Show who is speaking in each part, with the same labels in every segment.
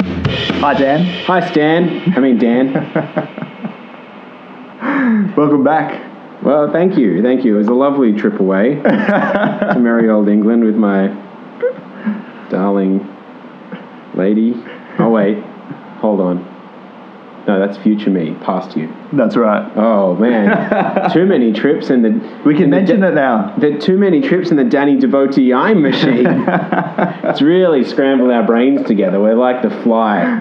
Speaker 1: Hi, Dan.
Speaker 2: Hi, Stan. I mean, Dan.
Speaker 1: Welcome back.
Speaker 2: well, thank you. Thank you. It was a lovely trip away to merry old England with my darling lady. Oh, wait. Hold on. No, that's future me, past you.
Speaker 1: That's right.
Speaker 2: Oh, man. too many trips in the.
Speaker 1: We can
Speaker 2: in the
Speaker 1: mention
Speaker 2: da-
Speaker 1: it now.
Speaker 2: The too many trips in the Danny Devotee I machine. it's really scrambled our brains together. We're like the fly.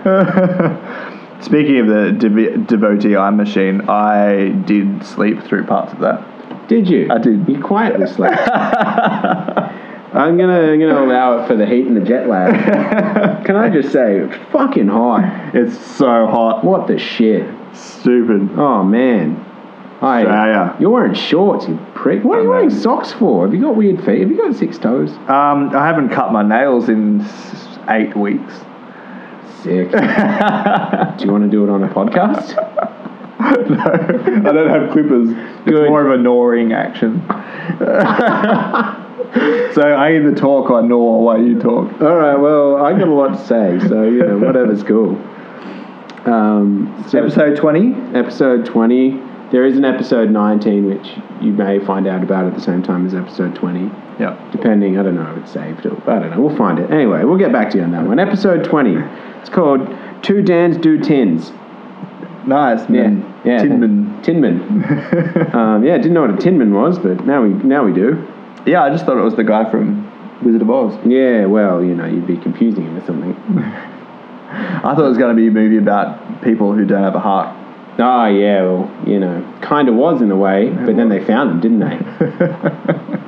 Speaker 1: Speaking of the dev- devotee eye machine, I did sleep through parts of that.
Speaker 2: Did you?
Speaker 1: I did.
Speaker 2: You quietly slept. I'm gonna I'm gonna allow it for the heat and the jet lag. Can I just say, fucking hot.
Speaker 1: It's so hot,
Speaker 2: What the shit?
Speaker 1: stupid.
Speaker 2: Oh man. I,
Speaker 1: Australia.
Speaker 2: you're wearing shorts, you prick. What are you
Speaker 1: I
Speaker 2: wearing
Speaker 1: know.
Speaker 2: socks for? Have you got weird feet? Have you got six toes?
Speaker 1: Um, I haven't cut my nails in s- eight weeks.
Speaker 2: Sick. do you want to do it on a podcast?
Speaker 1: no, I don't have clippers.
Speaker 2: Good.
Speaker 1: It's more of a gnawing action. so I either talk or gnaw while you talk.
Speaker 2: All right. Well, I got a lot to say, so you know whatever's cool. Um, so
Speaker 1: Episode 20.
Speaker 2: episode 20. There is an episode 19, which you may find out about at the same time as episode 20.
Speaker 1: Yeah.
Speaker 2: Depending, I don't know if it's saved. Or, I don't know. We'll find it. Anyway, we'll get back to you on that one. Episode 20. It's called Two Dans Do Tins.
Speaker 1: Nice, man.
Speaker 2: Yeah.
Speaker 1: Tinman.
Speaker 2: Tinman. um, yeah, didn't know what a tinman was, but now we now we do.
Speaker 1: Yeah, I just thought it was the guy from Wizard of Oz.
Speaker 2: Yeah, well, you know, you'd be confusing him with something.
Speaker 1: I thought it was going to be a movie about people who don't have a heart.
Speaker 2: Oh, yeah, well, you know, kind of was in a way, but then they found him, didn't they?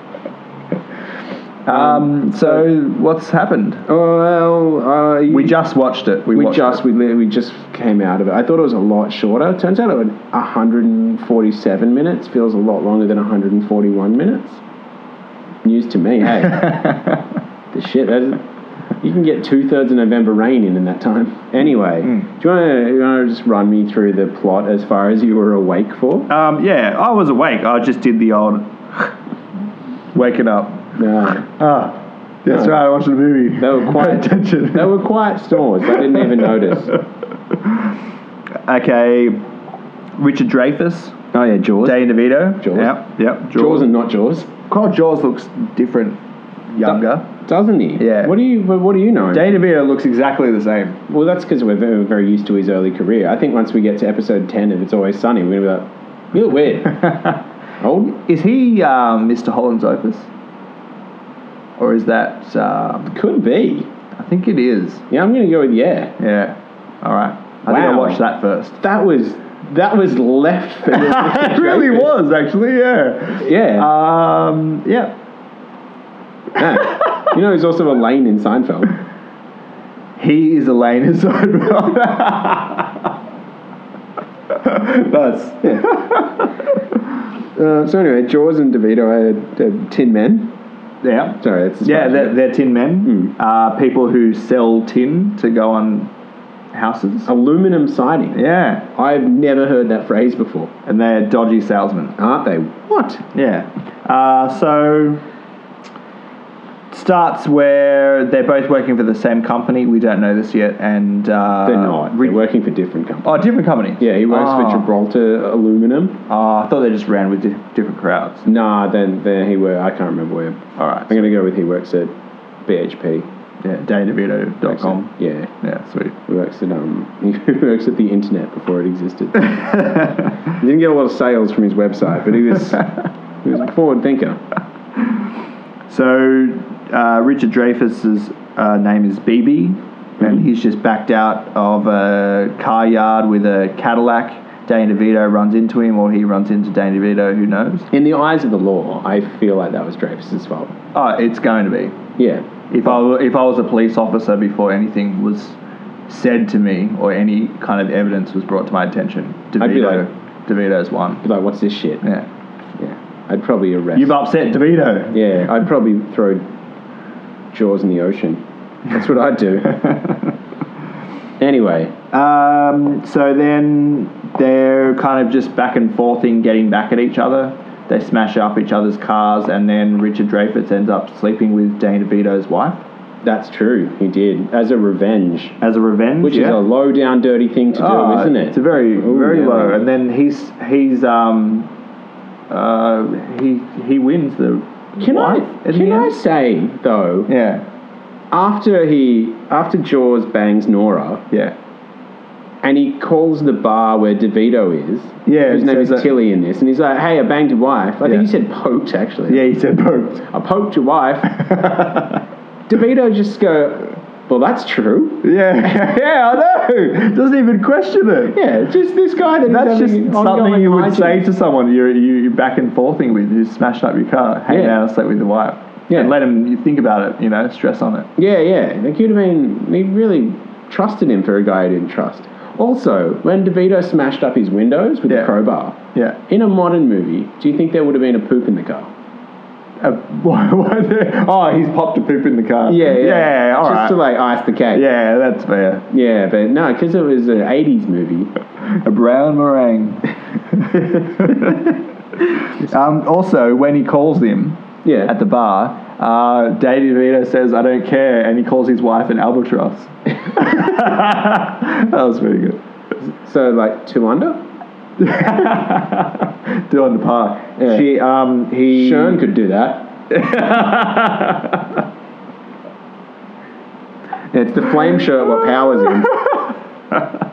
Speaker 1: Um, so what's happened?
Speaker 2: Oh, well, uh, you-
Speaker 1: We just watched it. We,
Speaker 2: We
Speaker 1: watched
Speaker 2: just
Speaker 1: it.
Speaker 2: we, li- we just came out of it. I thought it was a lot shorter. Turns out it was 147 minutes feels a lot longer than 141 minutes. News to me, hey. the shit. That is, you can get two thirds of November rain in in that time. Anyway,
Speaker 1: Hmm.
Speaker 2: do you want to you wanna just run me through the plot as far as you were awake for?
Speaker 1: Um, yeah, I was awake. I just did the old waking up.
Speaker 2: No,
Speaker 1: Ah, that's right. I watched a movie.
Speaker 2: they were
Speaker 1: Pay
Speaker 2: quiet.
Speaker 1: attention.
Speaker 2: they were quiet snores. I didn't even notice.
Speaker 1: okay, Richard Dreyfuss,
Speaker 2: Oh yeah, Jaws.
Speaker 1: Danny DeVito.
Speaker 2: Jaws.
Speaker 1: Yep. Yep.
Speaker 2: Jaws and not Jaws.
Speaker 1: God, Jaws looks different, younger.
Speaker 2: Doesn't he?
Speaker 1: Yeah.
Speaker 2: What do you What do you know?
Speaker 1: Danny DeVito looks exactly the same.
Speaker 2: Well, that's because we're very, very used to his early career. I think once we get to episode 10 of It's Always Sunny, we're going to be like, you look weird. Old?
Speaker 1: Is he um, Mr. Holland's opus? Or is that? Um,
Speaker 2: Could be.
Speaker 1: I think it is.
Speaker 2: Yeah, I'm going to go with yeah.
Speaker 1: Yeah. All right. I think I
Speaker 2: Wow.
Speaker 1: watched that first.
Speaker 2: That was that was left field.
Speaker 1: it really was actually. Yeah.
Speaker 2: Yeah.
Speaker 1: Um. Yeah.
Speaker 2: Yeah. You know, he's also Elaine in Seinfeld.
Speaker 1: He is Elaine in Seinfeld. That's
Speaker 2: Uh, so anyway, Jaws and DeVito are uh, tin men.
Speaker 1: yeah.
Speaker 2: Sorry, that's as far
Speaker 1: Yeah,
Speaker 2: as-
Speaker 1: they're, they're tin men.
Speaker 2: Hmm.
Speaker 1: Uh, people who sell tin to go on
Speaker 2: Oh.
Speaker 1: houses.
Speaker 2: aluminum siding.
Speaker 1: Yeah,
Speaker 2: I've never heard that phrase before.
Speaker 1: and they're dodgy salesmen.
Speaker 2: Aren't they? What?
Speaker 1: Yeah. Uh, so starts where they're both working for the same company. We don't know this yet, and uh,
Speaker 2: They're not.
Speaker 1: Rick-
Speaker 2: They're working for different companies.
Speaker 1: oh, different companies.
Speaker 2: Yeah, he works
Speaker 1: oh.
Speaker 2: for Gibraltar Aluminum.
Speaker 1: Oh, I thought they just ran with di- different crowds.
Speaker 2: Nah, then then he worked. I can't remember where. I'm
Speaker 1: All right.
Speaker 2: gonna go with he works at BHP.
Speaker 1: Yeah, DaneDeVito.com.
Speaker 2: Yeah,
Speaker 1: Yeah, sweet.
Speaker 2: he works at um he works at the internet before it existed. he didn't get a lot of sales from his website, but he was he was a forward thinker.
Speaker 1: So uh, Richard Dreyfuss's uh, name is BB,
Speaker 2: Mm-hmm.
Speaker 1: and he's just backed out of a car yard with a Cadillac. Danny DeVito runs into him, or he runs into Danny DeVito. Who knows?
Speaker 2: In the eyes of the law, I feel like that was Dreyfus's fault.
Speaker 1: Oh, it's going to be.
Speaker 2: Yeah,
Speaker 1: If I were, if I was a police officer before anything was said to me or any kind of evidence was brought to my attention, DeVito,
Speaker 2: I'd be like-
Speaker 1: DeVito's one.
Speaker 2: like what's this shit?
Speaker 1: Yeah,
Speaker 2: Yeah, I'd probably arrest.
Speaker 1: you've upset DeVito.
Speaker 2: yeah, I'd probably throw Jaws in the ocean. That's what I'd do. anyway,
Speaker 1: Um, so then they're kind of just back and forth in getting back at each other. They smash up each other's cars, and then Richard Dreyfuss ends up sleeping with Dane DeVito's wife.
Speaker 2: That's true. He did as a revenge,
Speaker 1: as a revenge,
Speaker 2: which is
Speaker 1: yeah.
Speaker 2: a low down, dirty thing to do,
Speaker 1: Oh,
Speaker 2: isn't it?
Speaker 1: It's a very
Speaker 2: Ooh,
Speaker 1: very
Speaker 2: yeah.
Speaker 1: low, and then he's he's um uh he he wins the
Speaker 2: Can
Speaker 1: wife
Speaker 2: I
Speaker 1: in the
Speaker 2: can I
Speaker 1: end.
Speaker 2: say though
Speaker 1: yeah
Speaker 2: after he after Jaws bangs Nora
Speaker 1: yeah
Speaker 2: and he calls the bar where DeVito is.
Speaker 1: Yeah,
Speaker 2: whose
Speaker 1: he
Speaker 2: name
Speaker 1: says
Speaker 2: is
Speaker 1: that-
Speaker 2: Tilly in this, and he's like, "Hey, I banged your wife." I
Speaker 1: Yeah.
Speaker 2: think he said poked actually.
Speaker 1: yeah he said both.
Speaker 2: I poked your wife. DeVito just go, "Well, that's true."
Speaker 1: Yeah, yeah, I know. Doesn't even question it.
Speaker 2: Yeah, just this guy that
Speaker 1: That's just something you would say
Speaker 2: say.
Speaker 1: to someone you're, you, you're back and forthing with who's smashing up your car, hanging
Speaker 2: Yeah.
Speaker 1: out, sleep with the wife.
Speaker 2: Yeah.
Speaker 1: And let him think about it, you know, stress on it.
Speaker 2: Yeah, yeah. Like you'd have been. He really trusted him for a guy he didn't trust. Also, when DeVito smashed up his windows with
Speaker 1: Yeah.
Speaker 2: a crowbar
Speaker 1: Yeah.
Speaker 2: in a modern movie, do you think there would have been a poop in the car?
Speaker 1: Uh, why- why the- oh, he's popped a poop in the car.
Speaker 2: yeah.
Speaker 1: Yeah, all
Speaker 2: Just
Speaker 1: right.
Speaker 2: to like ice the cake.
Speaker 1: yeah, that's fair.
Speaker 2: yeah. But no, because it was an '80s movie.
Speaker 1: A brown meringue. um, also, when he calls him
Speaker 2: Yeah.
Speaker 1: at the bar, uh, Davey Vito says, I don't care, and he calls his wife an albatross. that was pretty good.
Speaker 2: so like two under.
Speaker 1: Two on the par.
Speaker 2: Yeah.
Speaker 1: She, um, he.
Speaker 2: Shern could do that. It's the flame shirt what powers him.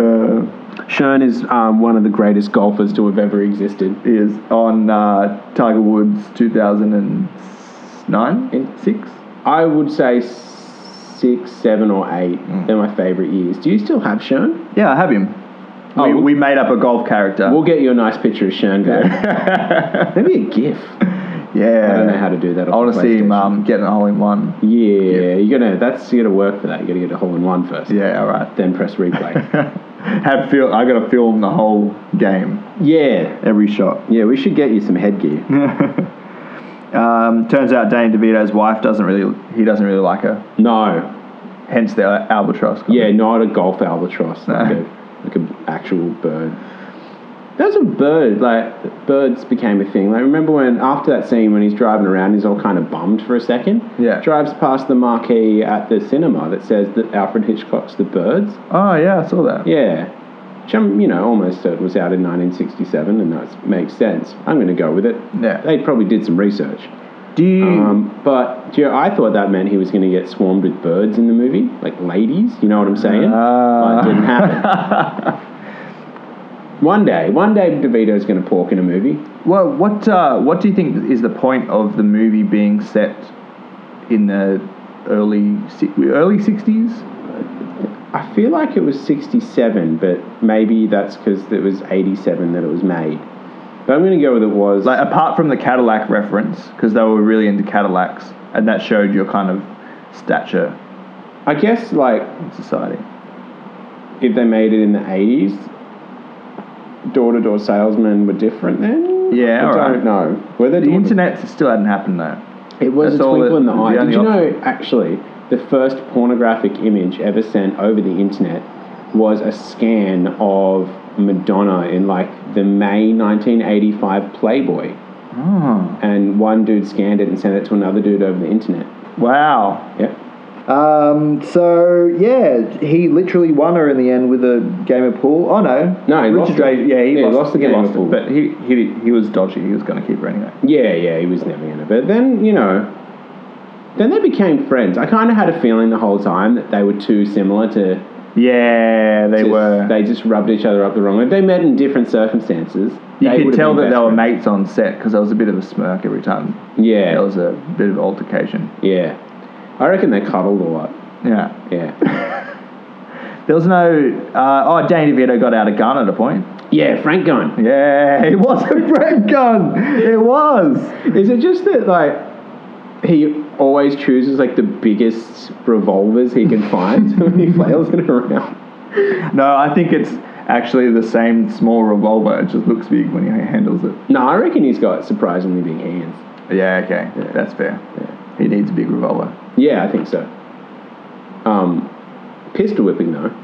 Speaker 1: Uh,
Speaker 2: Shern is um, one of the greatest golfers to have ever existed.
Speaker 1: is on uh, Tiger Woods 2009?
Speaker 2: In-
Speaker 1: Six?
Speaker 2: I would say six, seven, or eight.
Speaker 1: Hmm.
Speaker 2: They're my favorite years. Do you still have Shern?
Speaker 1: Yeah, I have him.
Speaker 2: Oh,
Speaker 1: we,
Speaker 2: we'll-
Speaker 1: we made up a golf character.
Speaker 2: We'll get you a nice picture of Shern, guy.
Speaker 1: yeah.
Speaker 2: Maybe a GIF. I don't know how to do that.
Speaker 1: I want to see him
Speaker 2: him.
Speaker 1: um, getting a hole in one.
Speaker 2: yeah, you're gonna. That's you gotta work for that. You gotta get a hole in one first.
Speaker 1: Yeah, all right.
Speaker 2: Then press replay.
Speaker 1: have fil- I got to film the whole game,
Speaker 2: yeah.
Speaker 1: every shot.
Speaker 2: Yeah, we should get you some headgear.
Speaker 1: Um, turns out Dane DeVito's wife doesn't really he doesn't really like her.
Speaker 2: No.
Speaker 1: Hence the albatross. comment.
Speaker 2: Yeah, not a golf albatross. Like a like an actual bird. That's a bird. Like birds became a thing. Like remember when after that scene when he's driving around, he's all kind of bummed for a second.
Speaker 1: Yeah.
Speaker 2: Drives past the marquee at the cinema that says that Alfred Hitchcock's The Birds.
Speaker 1: Oh yeah, I saw that.
Speaker 2: Yeah. Which I'm, you know, almost certain was out in 1967, and that makes sense. I'm going to go with it.
Speaker 1: Yeah.
Speaker 2: They probably did some research.
Speaker 1: Do you?
Speaker 2: Um, but you know, I thought that meant he was going to get swarmed with birds in the movie, like ladies. You know what I'm saying?
Speaker 1: Ah.
Speaker 2: But it didn't happen. one day, one day, DeVito's going to pork in a movie.
Speaker 1: well, what uh, what do you think is the point of the movie being set in the early si- early sixties?
Speaker 2: I feel like it was '67, but maybe that's because it was '87 that it was made. But I'm going to go with it was.
Speaker 1: Like apart from the Cadillac reference, because they were really into Cadillacs, and that showed your kind of stature
Speaker 2: I guess like
Speaker 1: in society.
Speaker 2: if they made it in the '80s, door-to-door salesmen were different then.
Speaker 1: Yeah,
Speaker 2: I
Speaker 1: alright.
Speaker 2: don't know whether
Speaker 1: The internet still hadn't happened though.
Speaker 2: It was
Speaker 1: That's
Speaker 2: a
Speaker 1: all
Speaker 2: twinkle
Speaker 1: that-
Speaker 2: in the eye.
Speaker 1: the
Speaker 2: Did you
Speaker 1: only
Speaker 2: know, actually, the first pornographic image ever sent over the internet was a scan of Madonna in like the May 1985 Playboy.
Speaker 1: Ah.
Speaker 2: And one dude scanned it and sent it to another dude over the internet.
Speaker 1: Wow.
Speaker 2: Yep.
Speaker 1: Um, so yeah, he literally won her in the end with a game of pool. Oh no,
Speaker 2: No, he
Speaker 1: Richard
Speaker 2: lost it.
Speaker 1: Dreyfuss- Yeah, he
Speaker 2: Yeah, he
Speaker 1: lost,
Speaker 2: lost the
Speaker 1: he
Speaker 2: game
Speaker 1: lost
Speaker 2: of
Speaker 1: it,
Speaker 2: pool.
Speaker 1: but he, he he was dodgy. He was going to keep her anyway.
Speaker 2: Yeah, yeah, he was never gonna. But then, you know, then they became friends. I kind of had a feeling the whole time that they were too similar to.
Speaker 1: Yeah, they
Speaker 2: just-
Speaker 1: were.
Speaker 2: They just rubbed each other up the wrong way. If they met in different circumstances, they
Speaker 1: you could
Speaker 2: would've
Speaker 1: tell that they
Speaker 2: been best
Speaker 1: were
Speaker 2: friends.
Speaker 1: mates on set because there was a bit of a smirk every time.
Speaker 2: Yeah.
Speaker 1: There was a bit of altercation.
Speaker 2: Yeah. I reckon they cuddled a lot.
Speaker 1: Yeah,
Speaker 2: Yeah.
Speaker 1: there was no. Uh, oh, Danny DeVito got out a gun at a point.
Speaker 2: yeah, Frank gun.
Speaker 1: Yeah, it was a break gun. It was.
Speaker 2: Is it just that, like, he always chooses, like, the biggest revolvers he can find when he flails it around?
Speaker 1: No, I think it's actually the same small revolver. It just looks big when he handles it.
Speaker 2: No, I reckon he's got surprisingly big hands.
Speaker 1: Yeah, okay. That's fair. He needs a big revolver.
Speaker 2: Yeah, I think so. Um, pistol whipping, though.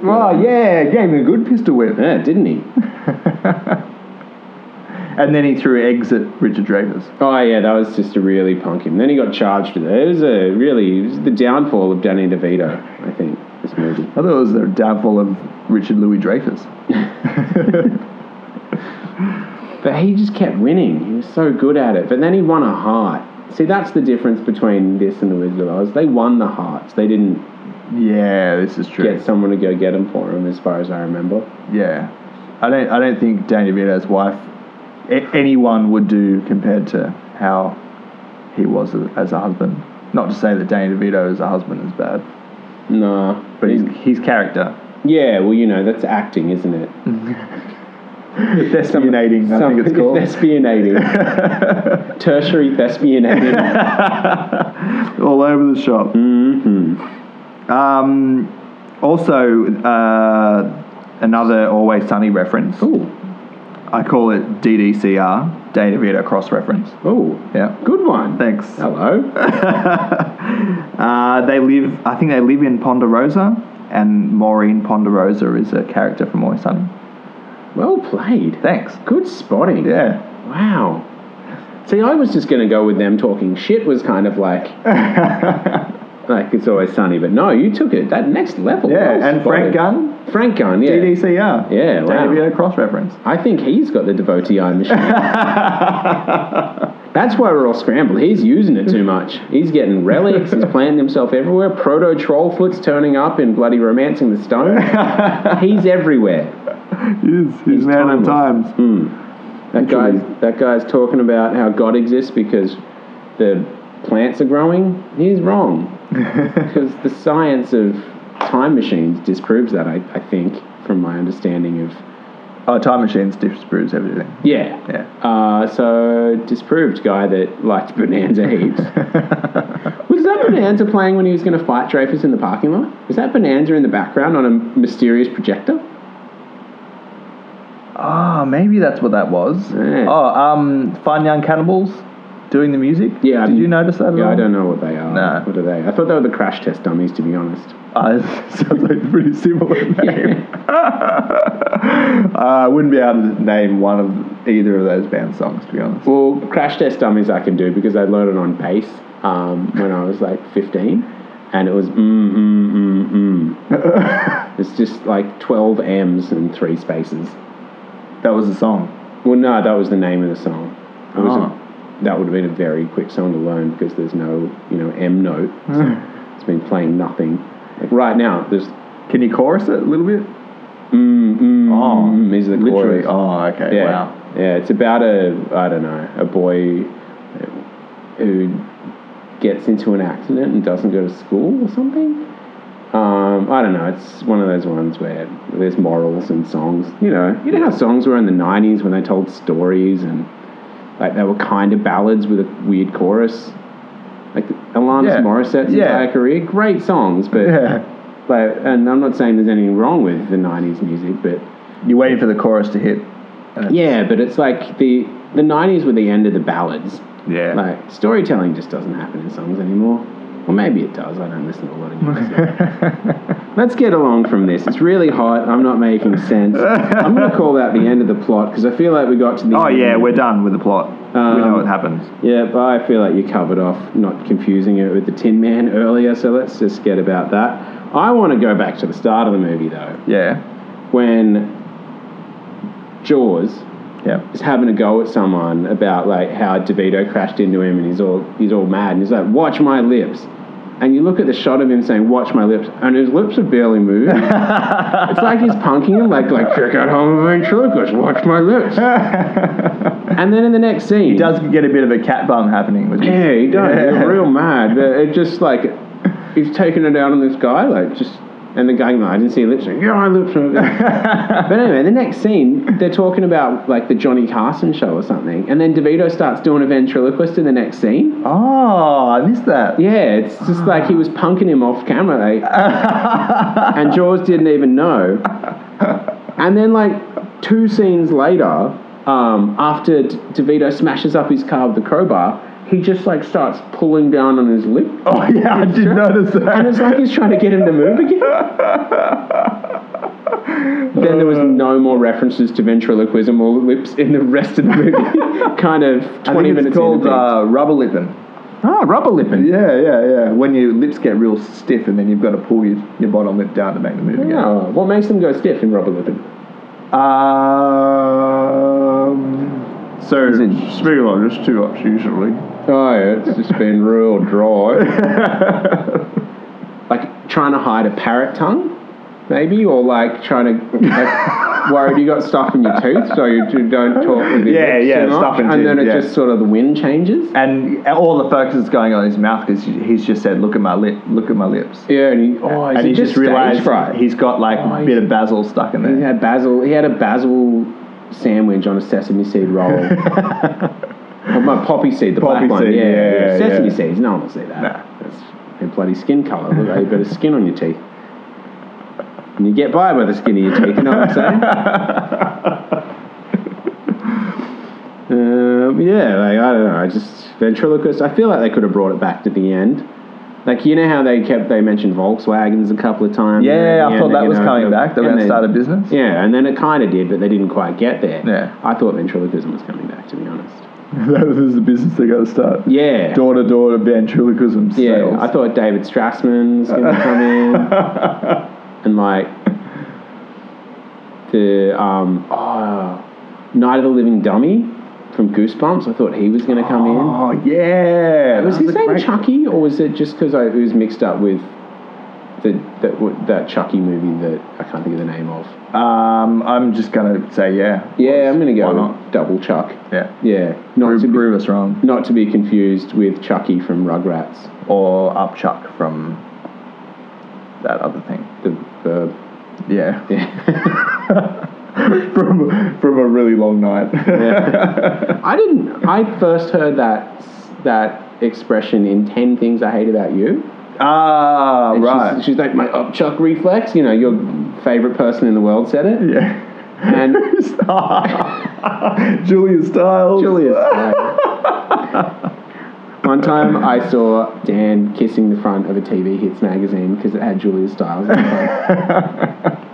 Speaker 1: Well, yeah, gave him a good pistol whip.
Speaker 2: Yeah, didn't he?
Speaker 1: And then he threw eggs at Richard Dreyfuss.
Speaker 2: Oh yeah, that was just to really punk him. Then he got charged with it. It was a really it was the downfall of Danny DeVito, I think. This movie.
Speaker 1: I thought it was the downfall of Richard Louis Dreyfus.
Speaker 2: But he just kept winning. He was so good at it. But then he won a heart. See, that's the difference between this and the Wizard of Oz. They won the hearts. They didn't
Speaker 1: yeah, this is true.
Speaker 2: get someone to go get them for him, as far as I remember.
Speaker 1: Yeah, I don't. I don't think Danny DeVito's wife, a- anyone would do compared to how he was a- as a husband. Not to say that Danny DeVito as a husband is bad,
Speaker 2: Nah.
Speaker 1: but his his character
Speaker 2: Mm. yeah, well, you know, that's acting, isn't it?
Speaker 1: thespianating. I think it's
Speaker 2: Some-
Speaker 1: called.
Speaker 2: Thespianating. Tertiary thespianating.
Speaker 1: All over the shop. Um, also, uh, another Always Sunny reference.
Speaker 2: oh,
Speaker 1: I call it DDCR, Danny DeVito cross reference.
Speaker 2: oh,
Speaker 1: Yeah.
Speaker 2: good one.
Speaker 1: Thanks.
Speaker 2: Hello.
Speaker 1: Uh, they live. I think they live in Ponderosa, and Maureen Ponderosa is a character from Always Sunny.
Speaker 2: Well played.
Speaker 1: Thanks.
Speaker 2: Good spotting.
Speaker 1: Yeah.
Speaker 2: Wow. See, I was just going to go with them talking shit was kind of like, like it's always sunny, but no, you took it that next level.
Speaker 1: Yeah.
Speaker 2: Well
Speaker 1: and Frank
Speaker 2: spotted.
Speaker 1: Gunn,
Speaker 2: Frank Gunn, yeah.
Speaker 1: DDCR.
Speaker 2: Yeah, wow.
Speaker 1: Danny DeVito cross reference.
Speaker 2: I think he's got the devotee eye machine. That's why we're all scrambled. He's using it too much. He's getting relics. He's planting himself everywhere. Proto Trollfoot's turning up in bloody Romancing the Stone. he's everywhere.
Speaker 1: He's, he's, Hmm. man of
Speaker 2: timeless.
Speaker 1: times.
Speaker 2: That
Speaker 1: Literally.
Speaker 2: guy's, that guy's talking about how God exists because the plants are growing. He's wrong. Because the science of time machines disproves that, I, I think, from my understanding of.
Speaker 1: Oh, time machines disproves everything.
Speaker 2: Yeah.
Speaker 1: Yeah.
Speaker 2: Uh, so, disproved guy that liked Bonanza heaps. was that Bonanza playing when he was going to fight Dreyfus in the parking lot? Was that Bonanza in the background on a mysterious projector?
Speaker 1: Ah, maybe that's what that was.
Speaker 2: Yeah.
Speaker 1: Oh, um, Fun Young Cannibals doing the music.
Speaker 2: Yeah,
Speaker 1: Did
Speaker 2: I'm-
Speaker 1: you notice that? At
Speaker 2: Yeah,
Speaker 1: all?
Speaker 2: I don't know what they are.
Speaker 1: No.
Speaker 2: What are they? I thought they were the crash test dummies, to be honest.
Speaker 1: Uh, sounds like pretty similar name. Uh, I wouldn't be able to name one of either of those band songs, to be honest.
Speaker 2: Well, crash test dummies I can do because I learned it on bass um, when I was like 15. And it was mm, mm, mm, mm. it's just like 12 M's and three spaces.
Speaker 1: That was a song.
Speaker 2: Well, no, that was the name of the song. It was a-
Speaker 1: Oh.
Speaker 2: that would have been a very quick song to learn because there's no, you know, M note. So it's been playing nothing. Like right now, there's
Speaker 1: Can you chorus it a little bit?
Speaker 2: mm, mm, mm is the
Speaker 1: Oh. literally.
Speaker 2: chorus.
Speaker 1: Oh, okay.
Speaker 2: Yeah.
Speaker 1: Wow.
Speaker 2: Yeah, it's about a I don't know a boy who gets into an accident and doesn't go to school or something. Um, I don't know. It's one of those ones where there's morals and songs. You know, you know how songs were in the '90s when they told stories and like they were kind of ballads with a weird chorus. Like Alanis
Speaker 1: Yeah.
Speaker 2: Morissette's
Speaker 1: Yeah.
Speaker 2: entire career, great songs, but
Speaker 1: Yeah.
Speaker 2: like, and I'm not saying there's anything wrong with the '90s music, but
Speaker 1: You're waiting for the chorus to hit.
Speaker 2: yeah, but it's like the the nineties were the end of the ballads.
Speaker 1: Yeah.
Speaker 2: Like storytelling just doesn't happen in songs anymore. Well, maybe it does. I don't listen to a lot of music. Let's get along from this. It's really hot. I'm not making sense. I'm going to call that the end of the plot because I feel like we got to the.
Speaker 1: oh
Speaker 2: end.
Speaker 1: yeah, we're done with the plot. we know what happens.
Speaker 2: Yeah, but I feel like you covered off not confusing it with the Tin Man earlier. So let's just get about that. I want to go back to the start of the movie though,
Speaker 1: Yeah.
Speaker 2: when Jaws
Speaker 1: Yeah.
Speaker 2: is having a go at someone about like how DeVito crashed into him and he's all he's all mad and he's like, "Watch my lips," and you look at the shot of him saying, "Watch my lips," and his lips are barely moved. it's like he's punking him, like like check out home ventriloquist, watch my lips. and then in the next scene,
Speaker 1: It does get a bit of a cat bum happening with this.
Speaker 2: Yeah, he does.
Speaker 1: Yeah.
Speaker 2: He's real mad. But it just like he's taking it out on this guy, like just. And the guy, no, I didn't see your lips. Like, yeah, my lips. are-" but anyway, the next scene, they're talking about like the Johnny Carson show or something, and then DeVito starts doing a ventriloquist in the next scene.
Speaker 1: Oh, I missed that.
Speaker 2: Yeah, it's just like he was punking him off camera, like, and Jaws didn't even know. And then like two scenes later, um, after D- DeVito smashes up his car with the crowbar, he just like starts pulling down on his lip.
Speaker 1: Oh yeah, I did notice that.
Speaker 2: And it's like he's trying to get him to move again. Then there was no more references to ventriloquism or lips in the rest of the movie. kind of
Speaker 1: I
Speaker 2: 20
Speaker 1: think
Speaker 2: minutes
Speaker 1: it's called
Speaker 2: into
Speaker 1: uh, rubber lipping.
Speaker 2: things. Ah, rubber lipping.
Speaker 1: Yeah, yeah, yeah. When your lips get real stiff and then you've got to pull your, your bottom lip down to make the move again.
Speaker 2: Oh, what makes them go stiff in rubber lipping?
Speaker 1: Um, so,
Speaker 2: Is it-
Speaker 1: spigologist, two ups usually.
Speaker 2: Oh, yeah, it's just been real dry. like trying to hide a parrot tongue, maybe, or like trying to like, worried you got stuff in your tooth, so you do- don't talk with your
Speaker 1: Yeah,
Speaker 2: lips
Speaker 1: yeah,
Speaker 2: too much,
Speaker 1: stuff in
Speaker 2: and then
Speaker 1: teeth,
Speaker 2: it
Speaker 1: yeah.
Speaker 2: just sort of the wind changes.
Speaker 1: And all the focus is going on his mouth because he's just said, look at my lip, look at my lips.
Speaker 2: Yeah, and he, oh, is
Speaker 1: and
Speaker 2: he
Speaker 1: he
Speaker 2: just,
Speaker 1: just realized
Speaker 2: stage fright?
Speaker 1: he's got like
Speaker 2: Oh,
Speaker 1: a
Speaker 2: he's-
Speaker 1: bit of basil stuck in
Speaker 2: He
Speaker 1: there.
Speaker 2: had basil. He had a basil sandwich on a sesame seed roll. oh, my poppy seed, the
Speaker 1: Poppy
Speaker 2: black one.
Speaker 1: seed,
Speaker 2: Yeah,
Speaker 1: yeah, yeah,
Speaker 2: sesame
Speaker 1: yeah.
Speaker 2: seeds. No one will see that.
Speaker 1: Nah.
Speaker 2: That's your bloody skin color. Look, you got a skin on your teeth. And you get by by the skin of your teeth. You know what I'm saying? Um, yeah, like I don't know. I just ventriloquist. I feel like they could have brought it back to the end. Like you know how they kept they mentioned Volkswagens a couple of times.
Speaker 1: Yeah,
Speaker 2: and at
Speaker 1: I
Speaker 2: the
Speaker 1: thought
Speaker 2: end,
Speaker 1: that
Speaker 2: you
Speaker 1: was
Speaker 2: know,
Speaker 1: coming back. They're
Speaker 2: and
Speaker 1: going to
Speaker 2: then-
Speaker 1: start a business.
Speaker 2: Yeah, and then it kind of did, but they didn't quite get there.
Speaker 1: Yeah.
Speaker 2: I thought ventriloquism was coming back, to be honest.
Speaker 1: that was the business they're going to start.
Speaker 2: Yeah.
Speaker 1: Door to door ventriloquism
Speaker 2: yeah, I thought David Strassman was going to come in, and like the um, oh, Night of the Living Dummy from Goosebumps. I thought he was going to come in.
Speaker 1: Oh yeah,
Speaker 2: Was
Speaker 1: that
Speaker 2: his
Speaker 1: a
Speaker 2: name
Speaker 1: great-
Speaker 2: Chucky, or was it just because it was mixed up with the, that w- that Chucky movie that I can't think of the name of?
Speaker 1: Um, I'm just gonna say yeah.
Speaker 2: Yeah, I'm gonna go
Speaker 1: Why
Speaker 2: with
Speaker 1: not?
Speaker 2: double Chuck.
Speaker 1: Yeah,
Speaker 2: Yeah, not
Speaker 1: prove,
Speaker 2: to be
Speaker 1: prove us wrong.
Speaker 2: not to be confused with Chucky from Rugrats,
Speaker 1: Or upchuck from that other thing.
Speaker 2: the verb.
Speaker 1: Yeah,
Speaker 2: Yeah.
Speaker 1: from from a really long night.
Speaker 2: I didn't. I first heard that that expression in Ten Things I Hate About You.
Speaker 1: ah,
Speaker 2: And
Speaker 1: right.
Speaker 2: She's, she's like my up Chuck reflex. You know, your favorite person in the world said it.
Speaker 1: yeah.
Speaker 2: And
Speaker 1: Julia Stiles.
Speaker 2: Julius. One time I saw Dan kissing the front of a TV Hits magazine because it had Julia Stiles. on the front.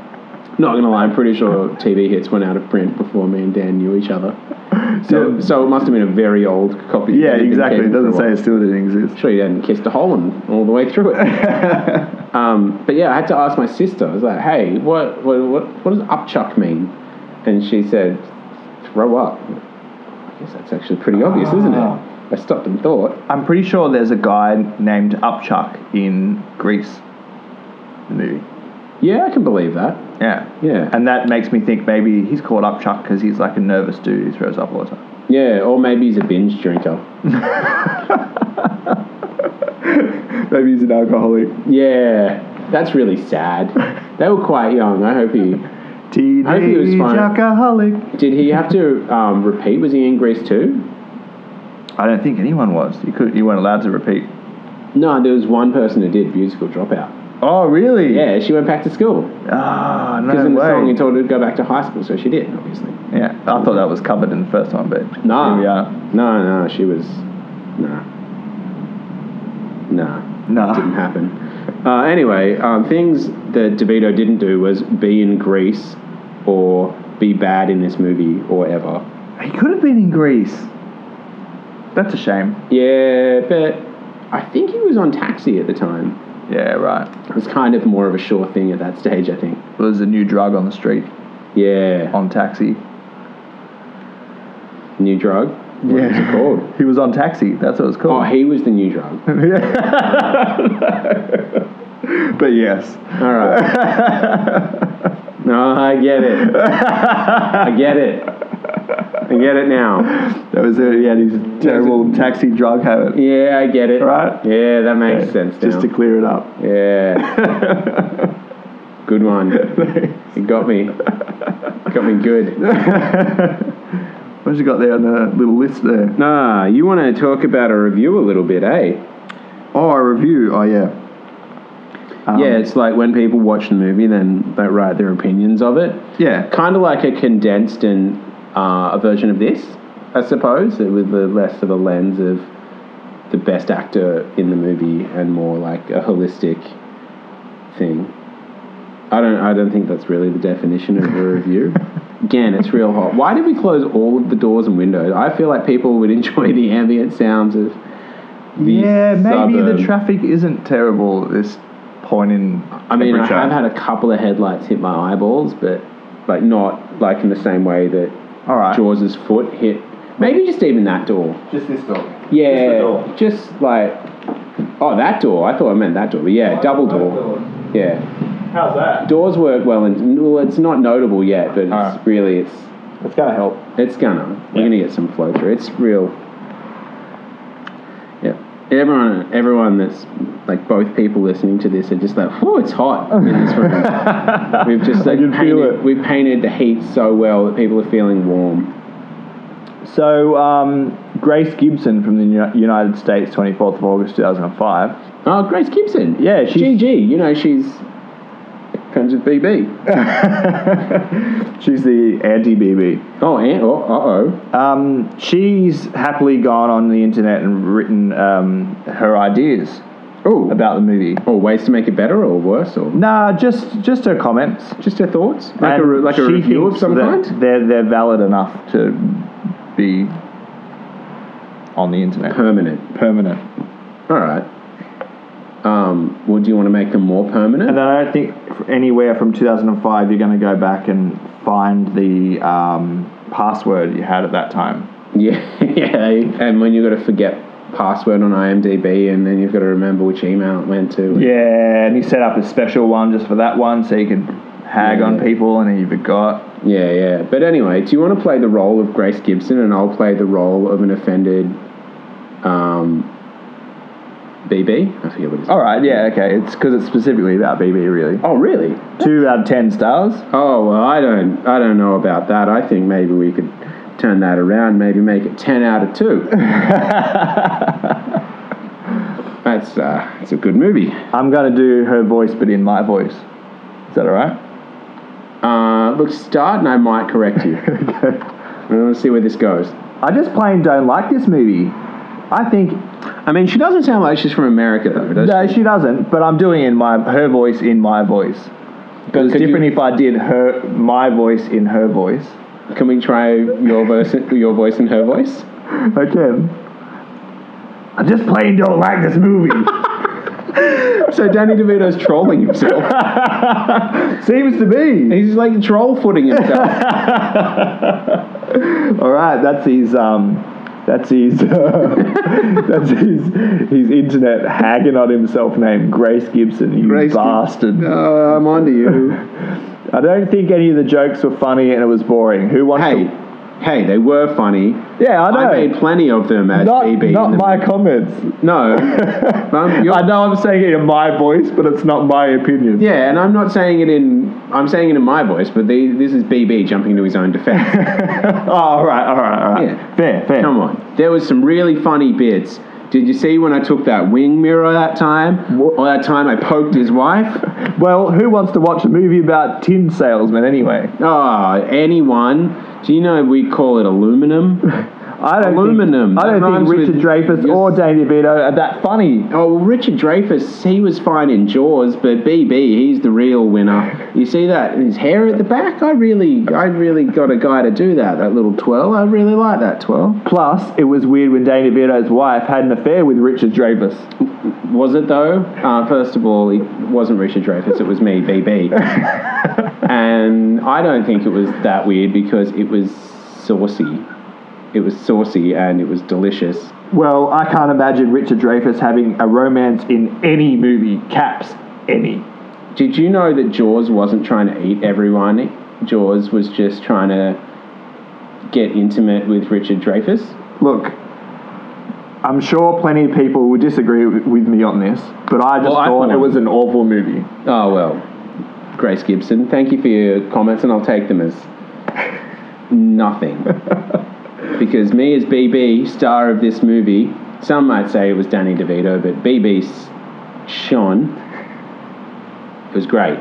Speaker 2: Not gonna lie, I'm pretty sure TV Hits went out of print before me and Dan knew each other. So,
Speaker 1: Yeah.
Speaker 2: so it must have been a very old copy.
Speaker 1: Yeah,
Speaker 2: that had been
Speaker 1: exactly. It
Speaker 2: kept for a
Speaker 1: doesn't say
Speaker 2: while.
Speaker 1: it still didn't exist.
Speaker 2: Sure, you hadn't kissed a hole in all the way through it. um, but yeah, I had to ask my sister. I was like, "Hey, what, what, what, what does upchuck mean?" And she said, "Throw up." I guess that's actually pretty obvious, isn't
Speaker 1: Ah.
Speaker 2: it? I stopped and thought.
Speaker 1: I'm pretty sure there's a guy named Upchuck in Greece. The movie.
Speaker 2: Yeah, I can believe that.
Speaker 1: Yeah.
Speaker 2: Yeah,
Speaker 1: And that makes me think maybe he's called up Chuck because he's like a nervous dude who throws up all the time.
Speaker 2: yeah, or maybe he's a binge drinker.
Speaker 1: Maybe he's an alcoholic.
Speaker 2: Yeah, that's really sad. they were quite young. I hope he I hope he was
Speaker 1: Teenage
Speaker 2: fine.
Speaker 1: alcoholic.
Speaker 2: did. He have to um, repeat. Was he in Greece too?
Speaker 1: I don't think anyone was. You could. You weren't allowed to repeat.
Speaker 2: No, there was one person who did musical dropout.
Speaker 1: Oh really?
Speaker 2: Yeah, she went back to school.
Speaker 1: Ah, no
Speaker 2: Because in the
Speaker 1: way.
Speaker 2: song, he told her to go back to high school, so she did, obviously.
Speaker 1: yeah, I thought that was covered in the first one, but
Speaker 2: Nah.
Speaker 1: here we are.
Speaker 2: No, no, she was. Nah. Nah. Didn't
Speaker 1: Nah.
Speaker 2: happen. Uh, anyway, um, things that DeVito didn't do was be in Greece or be bad in this movie or ever.
Speaker 1: He could have been in Greece. That's a shame.
Speaker 2: Yeah, but I think he was on Taxi at the time.
Speaker 1: Yeah, right.
Speaker 2: It was kind of more of a sure thing at that stage, I think.
Speaker 1: Well, there's a new drug on the street
Speaker 2: Yeah.
Speaker 1: on taxi.
Speaker 2: New drug? What was it called?
Speaker 1: He was on taxi. That's what it's
Speaker 2: Oh,
Speaker 1: called.
Speaker 2: he was the new drug.
Speaker 1: but yes.
Speaker 2: All right. no, I get it. I get it. I get it now.
Speaker 1: That was it. He had his terrible taxi drug habit.
Speaker 2: Yeah, I get it.
Speaker 1: Right?
Speaker 2: Yeah, that makes sense
Speaker 1: Just
Speaker 2: now.
Speaker 1: to clear it up.
Speaker 2: yeah. good one. It got me. Got me good.
Speaker 1: What's you got there on the little list there?
Speaker 2: Nah, you want to talk about a review a little bit, eh?
Speaker 1: Oh, a review. Oh, yeah. Um,
Speaker 2: yeah, it's like when people watch the movie, then they write their opinions of it.
Speaker 1: Yeah.
Speaker 2: Kind of like a condensed and uh, a version of this, I suppose, with the less of a lens of the best actor in the movie and more like a holistic thing. I don't. I don't think that's really the definition of a review. Again, it's real hot. Why did we close all of the doors and windows? I feel like people would enjoy the ambient sounds of. The
Speaker 1: yeah, maybe
Speaker 2: suburb.
Speaker 1: the traffic isn't terrible at this point in.
Speaker 2: I mean, I
Speaker 1: temperature.
Speaker 2: have had a couple of headlights hit my eyeballs, but but not like in the same way that
Speaker 1: All right.
Speaker 2: Jaws's foot hit. Maybe just even that door.
Speaker 1: Just this dog.
Speaker 2: Yeah,
Speaker 1: the door.
Speaker 2: just like oh that door. I thought I meant that door, but yeah, double door. Yeah,
Speaker 1: How's that?
Speaker 2: doors work well, and well, it's not notable yet, but it's
Speaker 1: Alright.
Speaker 2: really it's
Speaker 1: It's gonna help.
Speaker 2: it's gonna we're
Speaker 1: Yeah.
Speaker 2: gonna get some flow through. It's real. Yeah, everyone everyone that's like both people listening to this are just like, whoa, it's hot in this room. We've just like,
Speaker 1: I can feel
Speaker 2: painted-
Speaker 1: it.
Speaker 2: We've painted the heat so well that people are feeling warm.
Speaker 1: So, um, Grace Gibson from the Uni- United States, 24th of August 2005.
Speaker 2: Oh, Grace Gibson.
Speaker 1: Yeah, she's-
Speaker 2: GG. You know she's friends with BB.
Speaker 1: She's the anti BB.
Speaker 2: Oh, and, oh, uh oh.
Speaker 1: Um, she's happily gone on the internet and written um, her ideas
Speaker 2: Oh, about
Speaker 1: about the movie.
Speaker 2: or ways to make it better or worse or
Speaker 1: Nah, just just her comments.
Speaker 2: just her thoughts, like a
Speaker 1: And
Speaker 2: re- like a
Speaker 1: she
Speaker 2: review of
Speaker 1: thinks
Speaker 2: some
Speaker 1: that
Speaker 2: kind.
Speaker 1: They're they're valid enough to be on the internet
Speaker 2: Permanent.
Speaker 1: permanent.
Speaker 2: All right. Um, well, do you want to make them more permanent?
Speaker 1: And then I don't think f- anywhere from 2005 you're going to go back and find the um, password you had at that time.
Speaker 2: Yeah, yeah. And when you've got to forget password on IMDb, and then you've got to remember which email it went to.
Speaker 1: Yeah, and he set up a special one just for that one so you could hag on
Speaker 2: Yeah.
Speaker 1: people and he forgot.
Speaker 2: Yeah, yeah. But anyway, do you want to play the role of Grace Gibson, and I'll play the role of an offended, um, BB? I forget what it's.
Speaker 1: All right, yeah, okay. It's because it's specifically about BB, really.
Speaker 2: Oh, really?
Speaker 1: Two out of ten stars.
Speaker 2: Oh well, I don't, I don't know about that. I think maybe we could turn that around. Maybe make it ten out of two. That's, uh, it's a good movie.
Speaker 1: I'm going to do her voice, but in my voice. Is that all right?
Speaker 2: Uh, look, start, and I might correct you. I want to see where this goes.
Speaker 1: I just plain don't like this movie. I think
Speaker 2: I mean, she doesn't sound like she's from America, though. Does
Speaker 1: No, she doesn't. But I'm doing it in my her voice in my voice. Because it's
Speaker 2: Could you-
Speaker 1: different if I did her my voice in her voice.
Speaker 2: Can we try your voice, your voice and her voice?
Speaker 1: I can. I just plain don't like this movie.
Speaker 2: So Danny DeVito's trolling himself.
Speaker 1: Seems to be.
Speaker 2: He's like troll footing himself.
Speaker 1: All right, that's his. Um, that's his. that's his. His internet hacking on himself named Grace Gibson. You
Speaker 2: Grace Gib-
Speaker 1: bastard.
Speaker 2: Uh, I'm onto you.
Speaker 1: I don't think any of the jokes were funny, and it was boring. Who wants
Speaker 2: Hey,
Speaker 1: to?
Speaker 2: hey, they were funny.
Speaker 1: Yeah, I know.
Speaker 2: I made plenty of them as
Speaker 1: not,
Speaker 2: BB. in
Speaker 1: not
Speaker 2: the-
Speaker 1: my comments.
Speaker 2: No. Um, you're-
Speaker 1: I know I'm saying it in my voice, but it's not my opinion.
Speaker 2: yeah, and I'm not saying it in. I'm saying it in my voice, but the, this is BB jumping to his own defense.
Speaker 1: oh, all right, all right, all right.
Speaker 2: Yeah.
Speaker 1: Fair, fair.
Speaker 2: Come on, there was some really funny bits. Did you see when I took that wing mirror that time?
Speaker 1: What?
Speaker 2: Or that time I poked his wife?
Speaker 1: Well, who wants to watch a movie about tin salesmen anyway?
Speaker 2: Oh, anyone? Do you know we call it aluminum?
Speaker 1: I don't
Speaker 2: Aluminum.
Speaker 1: Think, I
Speaker 2: That
Speaker 1: don't
Speaker 2: rhymes
Speaker 1: think Richard
Speaker 2: with-
Speaker 1: Dreyfuss
Speaker 2: Yes.
Speaker 1: or Danny DeVito are that funny.
Speaker 2: Oh, well, Richard Dreyfuss, he was fine in Jaws, but BB, he's the real winner. You see that? His hair at the back? I really, I really got a guy to do that, that little twirl. I really like that twirl.
Speaker 1: Plus, it was weird when Danny DeVito's wife had an affair with Richard Dreyfuss.
Speaker 2: Was it, though? Uh, first of all, it wasn't Richard Dreyfuss, it was me, BB. and I don't think it was that weird because it was saucy. It was saucy and it was delicious.
Speaker 1: Well, I can't imagine Richard Dreyfuss having a romance in any movie, caps any.
Speaker 2: Did you know that Jaws wasn't trying to eat everyone? Jaws was just trying to get intimate with Richard Dreyfuss.
Speaker 1: Look, I'm sure plenty of people will disagree with with me on this, but I just
Speaker 2: Well, I
Speaker 1: thought
Speaker 2: thought-
Speaker 1: it was an awful movie.
Speaker 2: Oh, well. Grace Gibson, thank you for your comments, and I'll take them as nothing. because me, as BB, star of this movie, some might say it was Danny DeVito, but BB shone. It was great.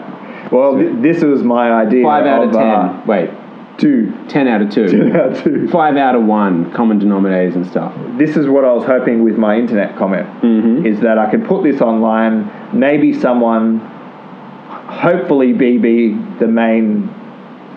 Speaker 1: Well, th- this was my idea.
Speaker 2: Five out of
Speaker 1: of,
Speaker 2: ten.
Speaker 1: uh,
Speaker 2: Wait,
Speaker 1: two.
Speaker 2: ten out of
Speaker 1: Ten
Speaker 2: two.
Speaker 1: out of two.
Speaker 2: Five out of one. Common denominators and stuff.
Speaker 1: This is what I was hoping with my internet comment
Speaker 2: Mhm.
Speaker 1: is that I could put this online. Maybe someone hopefully BB the main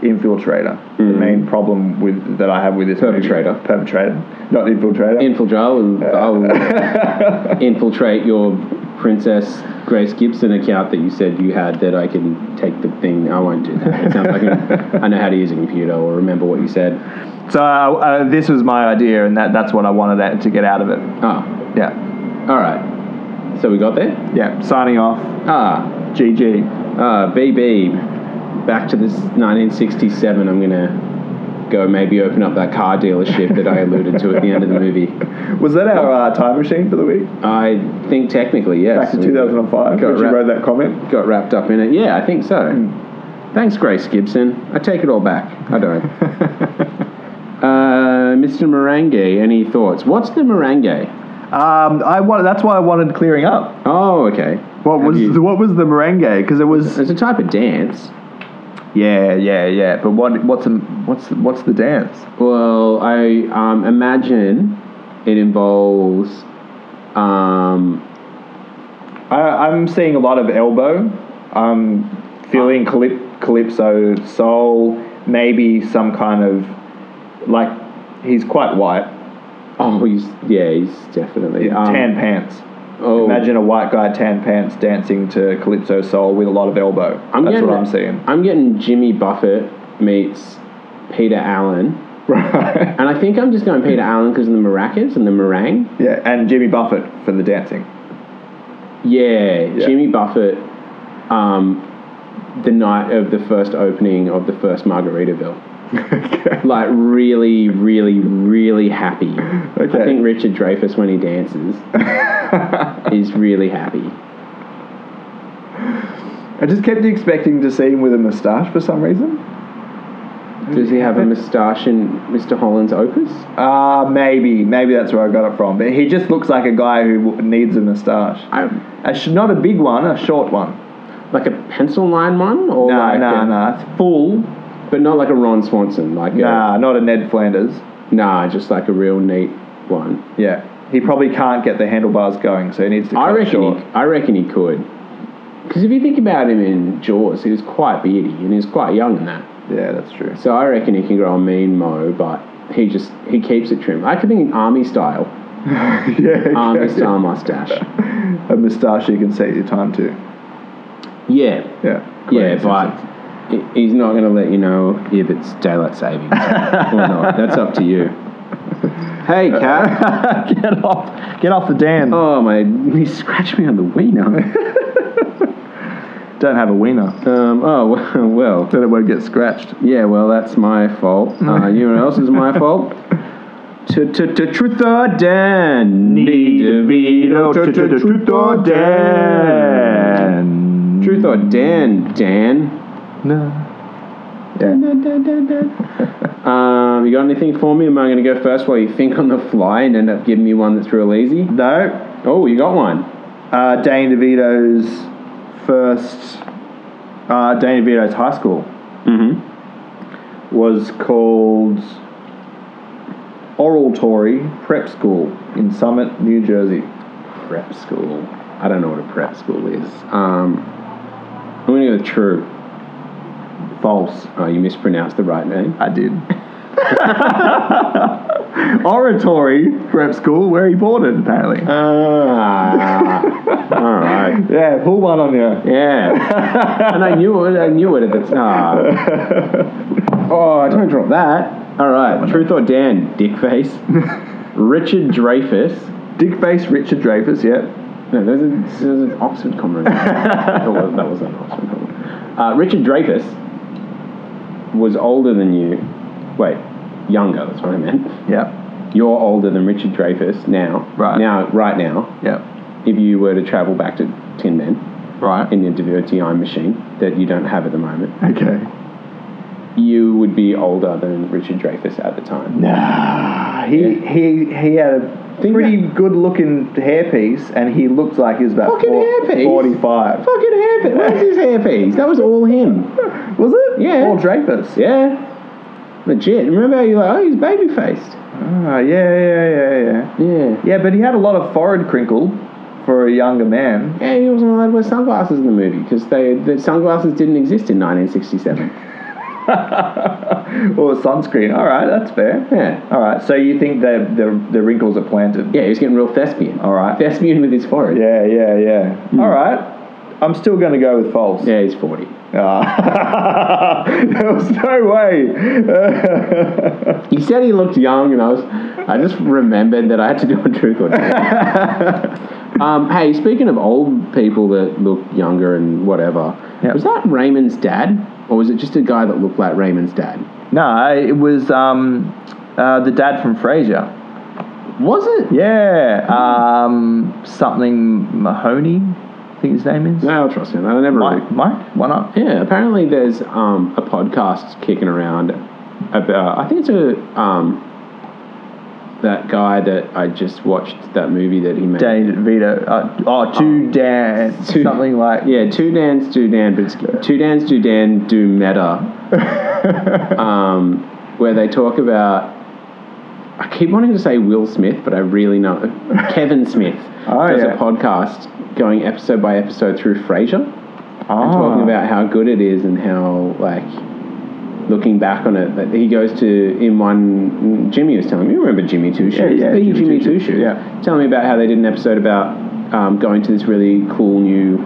Speaker 1: infiltrator, the main problem with that I have with this movie.
Speaker 2: Perpetrator.
Speaker 1: Mm-hmm. perpetrator, not infiltrator.
Speaker 2: Infiltrate. I will, I will infiltrate your Princess Grace Gibson account that you said you had that I can take the thing. I won't do that. It sounds like I I know how to use a computer or remember what you said.
Speaker 1: so uh, uh, this was my idea, and that, that's what I wanted that- to get out of it.
Speaker 2: Ah,
Speaker 1: Yeah,
Speaker 2: all right. So we got there.
Speaker 1: yeah. Signing off.
Speaker 2: Ah,
Speaker 1: GG.
Speaker 2: Uh, BB, back to this 1967. I'm gonna go maybe open up that car dealership that I alluded to at the end of the movie.
Speaker 1: Was that our uh, time machine for the week?
Speaker 2: I think technically yes.
Speaker 1: Back in 2005,
Speaker 2: Got
Speaker 1: when you
Speaker 2: wrapped,
Speaker 1: wrote that comment.
Speaker 2: got wrapped up in it. Yeah, I think so.
Speaker 1: Hmm.
Speaker 2: Thanks, Grace Gibson. I take it all back. I don't. uh, Mr. Merengue, any thoughts? What's the merengue?
Speaker 1: Um, I wanted, that's why I wanted clearing up.
Speaker 2: Oh, okay.
Speaker 1: What
Speaker 2: Have
Speaker 1: was
Speaker 2: you-
Speaker 1: what was the merengue? Because it was
Speaker 2: It's a type of dance.
Speaker 1: yeah, yeah, yeah. But what what's a, what's what's the dance?
Speaker 2: Well, I um, imagine it involves. Um,
Speaker 1: I, I'm seeing a lot of elbow. I'm feeling calyp- calypso soul, maybe some kind of like he's quite white,
Speaker 2: oh, he's yeah, he's definitely um,
Speaker 1: tan pants.
Speaker 2: Oh,
Speaker 1: Imagine a white guy tan pants dancing to calypso soul with a lot of elbow.
Speaker 2: I'm
Speaker 1: That's
Speaker 2: getting,
Speaker 1: what I'm seeing.
Speaker 2: I'm getting Jimmy Buffett meets Peter Allen,
Speaker 1: Right.
Speaker 2: and I think I'm just going Peter Allen because of the maracas and the meringue.
Speaker 1: Yeah, and Jimmy Buffett for the dancing.
Speaker 2: Yeah, Jimmy Buffett, um, the night of the first opening of the first Margaritaville. Like really, really, really happy.
Speaker 1: Okay.
Speaker 2: I think Richard Dreyfuss when he dances is really happy.
Speaker 1: I just kept expecting to see him with a moustache for some reason.
Speaker 2: Does he have a moustache in Mr. Holland's Opus?
Speaker 1: Ah, maybe, maybe that's where I got it from. But he just looks like a guy who w- needs a moustache.
Speaker 2: I,
Speaker 1: A sh- not a big one, a short one.
Speaker 2: like a pencil line one, or
Speaker 1: No,
Speaker 2: like
Speaker 1: no,
Speaker 2: a,
Speaker 1: no. It's full.
Speaker 2: but not like a Ron Swanson, like a,
Speaker 1: Nah, not a Ned Flanders.
Speaker 2: Nah, just like a real neat one.
Speaker 1: Yeah. He probably can't get the handlebars going, so he needs to cut
Speaker 2: I reckon.
Speaker 1: short.
Speaker 2: He, I reckon he could. Because if you think about him in Jaws, he was quite beardy and he was quite young in that.
Speaker 1: Yeah, that's true.
Speaker 2: So I reckon he can grow a mean mo, but he just he keeps it trim. I could think army style,
Speaker 1: yeah,
Speaker 2: army
Speaker 1: okay.
Speaker 2: style mustache.
Speaker 1: A moustache you can set your time to.
Speaker 2: Yeah,
Speaker 1: Yeah.
Speaker 2: yeah, but he- he's not going to let you know if it's daylight savings or not. That's up to you. Hey, cat.
Speaker 1: get off, get off the Dan.
Speaker 2: Oh my! He scratched me on the wiener.
Speaker 1: Don't have a wiener,
Speaker 2: Um, oh well.
Speaker 1: then it won't get scratched.
Speaker 2: Yeah, well, that's my fault. Uh, you know what else is my fault? To to to truth or Dan. Need a veto. To to truth or Dan. Truth or Dan, Dan.
Speaker 1: Yeah.
Speaker 2: Um, you got anything for me? Am I going to go first while you think on the fly and end up giving me one that's real easy?
Speaker 1: No,
Speaker 2: Oh, you got one.
Speaker 1: uh, Dane DeVito's first uh, Dane DeVito's high school
Speaker 2: Mm-hmm.
Speaker 1: was called Oral Tory Prep School in Summit, New Jersey.
Speaker 2: Prep school. I don't know what a prep school is. Um, I'm going to go with true.
Speaker 1: False.
Speaker 2: Oh, you mispronounced the right name.
Speaker 1: I did. Oratory Prep School, where he boarded apparently.
Speaker 2: Ah. all right.
Speaker 1: Yeah, pull one on you.
Speaker 2: Yeah. and I knew it. I knew it at the time. Oh, don't drop that. All right. Truth or Dan, dickface. Richard Dreyfuss.
Speaker 1: Dick face Richard Dreyfus, yeah.
Speaker 2: No, there's, a, there's an Oxford comma. in there. Oh, well, that was an Oxford comma. Uh, Richard Dreyfuss was older than you. Wait, younger. That's what I meant.
Speaker 1: Yeah.
Speaker 2: You're older than Richard Dreyfuss now.
Speaker 1: Right.
Speaker 2: Now, right now,
Speaker 1: Yeah.
Speaker 2: if you were to travel back to Tin Men
Speaker 1: Right.
Speaker 2: in your DVI machine that you don't have at the moment,
Speaker 1: Okay.
Speaker 2: you would be older than Richard Dreyfuss at the time.
Speaker 1: Nah, he he he had a pretty good looking hairpiece, and he looked like he was about
Speaker 2: Fucking hairpiece?
Speaker 1: forty-five.
Speaker 2: Fucking hairpiece. What was his hairpiece? That was all him.
Speaker 1: Was it?
Speaker 2: Yeah.
Speaker 1: Paul Dreyfus.
Speaker 2: Yeah. Legit. Remember how you were like, oh, he's baby faced.
Speaker 1: Ah, yeah, yeah, yeah, yeah.
Speaker 2: Yeah.
Speaker 1: Yeah, but he had a lot of forehead crinkle for a younger man.
Speaker 2: Yeah, he wasn't allowed to wear sunglasses in the movie because they the sunglasses didn't exist in 1967.
Speaker 1: or sunscreen. All right, that's fair.
Speaker 2: Yeah,
Speaker 1: All right. So you think the the, the wrinkles are planted?
Speaker 2: yeah, he was getting real thespian.
Speaker 1: All right.
Speaker 2: Thespian with his forehead.
Speaker 1: Yeah, yeah, yeah. Hmm. All right. I'm still going to go with false.
Speaker 2: Yeah, he's 40. Uh,
Speaker 1: Ah. there was no way.
Speaker 2: He said he looked young, and I was, I just remembered that I had to do a truth or dare. um, hey, speaking of old people that look younger and whatever,
Speaker 1: Yeah.
Speaker 2: was that Raymond's dad, or was it just a guy that looked like Raymond's dad?
Speaker 1: no, it was um, uh, the dad from Frasier.
Speaker 2: Was it?
Speaker 1: Yeah, um, something Mahoney, I think his name is.
Speaker 2: No, I'll trust him. I never.
Speaker 1: Mike, Mike, why not?
Speaker 2: Yeah, apparently there's um, a podcast kicking around about. I think it's a um, that guy that I just watched that movie that he made.
Speaker 1: David Vito. Uh, oh, two Dan,
Speaker 2: Two-
Speaker 1: something like.
Speaker 2: Yeah, two Dan's do Dan, but it's two Dan's do Dan do meta, um, where they talk about. I keep wanting to say Will Smith, but I really know Kevin Smith
Speaker 1: Oh,
Speaker 2: does
Speaker 1: yeah.
Speaker 2: a podcast going episode by episode through Frasier.
Speaker 1: Ah.
Speaker 2: and talking about how good it is and how like looking back on it that he goes to in one Jimmy was telling me you remember Jimmy Two Shoes
Speaker 1: yeah,
Speaker 2: The
Speaker 1: Jimmy
Speaker 2: Jimmy,
Speaker 1: Two
Speaker 2: Two
Speaker 1: Shoes,
Speaker 2: Shoes
Speaker 1: yeah.
Speaker 2: telling me about how they did an episode about um, going to this really cool new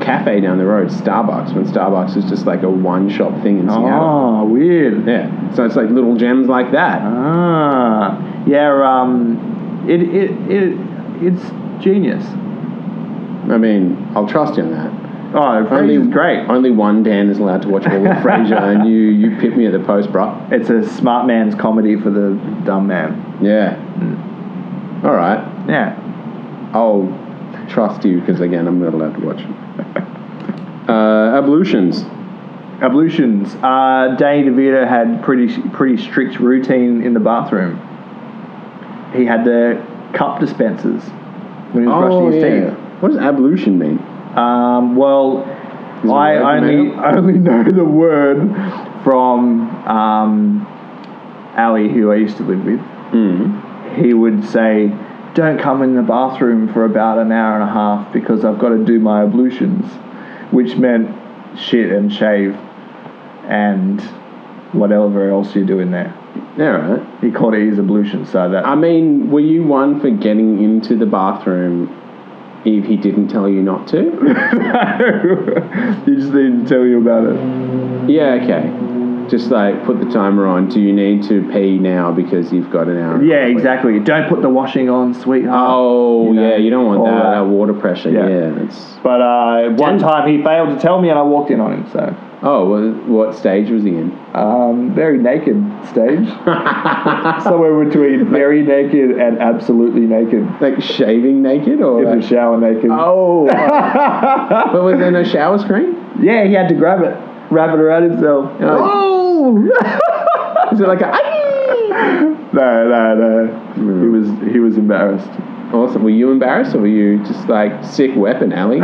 Speaker 2: cafe down the road Starbucks when Starbucks was just like a one shop thing in Seattle
Speaker 1: Oh, weird.
Speaker 2: yeah so it's like little gems like that
Speaker 1: Ah, yeah. Um, it it it it's genius. Uh-huh.
Speaker 2: I mean I'll trust him that
Speaker 1: Oh, Frasier's great.
Speaker 2: only one Dan is allowed to watch all of Frasier and you you pit me at the post bruh
Speaker 1: It's a smart man's comedy for the dumb man.
Speaker 2: yeah
Speaker 1: Hmm.
Speaker 2: all right
Speaker 1: Yeah.
Speaker 2: I'll trust you because again, I'm not allowed to watch. Uh, ablutions.
Speaker 1: Ablutions. Uh, Danny DeVito had pretty pretty strict routine in the bathroom. He had the cup dispensers when he was brushing
Speaker 2: Oh,
Speaker 1: his teeth.
Speaker 2: What does ablution mean?
Speaker 1: Um, well,
Speaker 2: it
Speaker 1: I
Speaker 2: a word you
Speaker 1: only
Speaker 2: made
Speaker 1: only know the word from um, Ali, who I used to live with. He would say, "Don't come in the bathroom for about an hour and a half because I've got to do my ablutions," which meant shit and shave and whatever else you do in there.
Speaker 2: All right.
Speaker 1: He called it his ablution, so that
Speaker 2: I mean, were you one for getting into the bathroom if he didn't tell you not to?
Speaker 1: you just need to tell you about it.
Speaker 2: yeah. Okay. Just like put the timer on. Do you need to pee now because you've got an hour?
Speaker 1: Yeah, exactly. Don't put the washing on, sweetheart.
Speaker 2: Oh,
Speaker 1: You know,
Speaker 2: yeah. You don't want
Speaker 1: all
Speaker 2: that.
Speaker 1: that.
Speaker 2: That, water pressure.
Speaker 1: Yeah.
Speaker 2: Yeah. that's-
Speaker 1: But uh, one
Speaker 2: Damn.
Speaker 1: time he failed to tell me, and I walked in on him. So
Speaker 2: oh, what, what stage was he in?
Speaker 1: um, very naked stage, somewhere between very naked and absolutely naked
Speaker 2: Like shaving naked or?
Speaker 1: in
Speaker 2: like-
Speaker 1: the shower naked.
Speaker 2: Oh. but was there no shower screen?
Speaker 1: Yeah, he had to grab it, wrap it around himself. Oh.
Speaker 2: Is it like a "Aye"?
Speaker 1: no, no, no. He was he was embarrassed.
Speaker 2: Awesome. Were you embarrassed or were you just like sick weapon, Ali?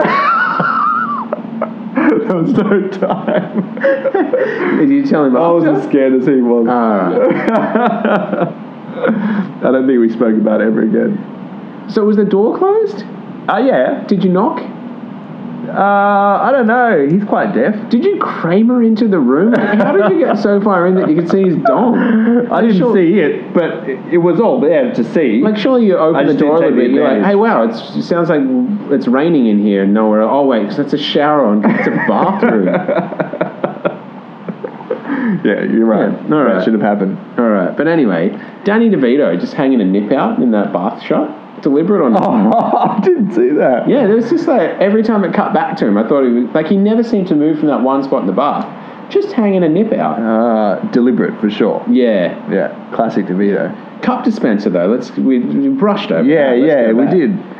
Speaker 1: there was no time.
Speaker 2: Did you tell him
Speaker 1: I was as scared as he was.
Speaker 2: Alright.
Speaker 1: I don't think we spoke about it ever again.
Speaker 2: So was the door closed?
Speaker 1: Oh yeah.
Speaker 2: Did you knock?
Speaker 1: Uh, I don't know. He's quite deaf.
Speaker 2: Did you Kramer into the room? Like, How did you get so far in that you could see his dong?
Speaker 1: I didn't
Speaker 2: sure-
Speaker 1: see it, but it, it was all there to see.
Speaker 2: Like surely you
Speaker 1: I
Speaker 2: open the
Speaker 1: just
Speaker 2: door a
Speaker 1: didn't take
Speaker 2: little bit. You're like,
Speaker 1: advantage.
Speaker 2: hey, wow, it's, it sounds like it's raining in here. Nowhere. Oh wait, 'cause that's a shower on. It's a bathroom.
Speaker 1: yeah, you're right.
Speaker 2: Yeah, all
Speaker 1: That
Speaker 2: right.
Speaker 1: should have happened.
Speaker 2: All right, but anyway, Danny DeVito just hanging a nip out in that bath shot, deliberate or not?
Speaker 1: Oh, I didn't see that.
Speaker 2: Yeah, there was just like every time it cut back to him, I thought he was like he never seemed to move from that one spot in the bath, just hanging a nip out.
Speaker 1: Uh, deliberate for sure.
Speaker 2: Yeah,
Speaker 1: Yeah, classic DeVito.
Speaker 2: cup dispenser though. Let's we, we brushed over.
Speaker 1: Yeah,
Speaker 2: that. Let's
Speaker 1: yeah,
Speaker 2: go
Speaker 1: we
Speaker 2: back.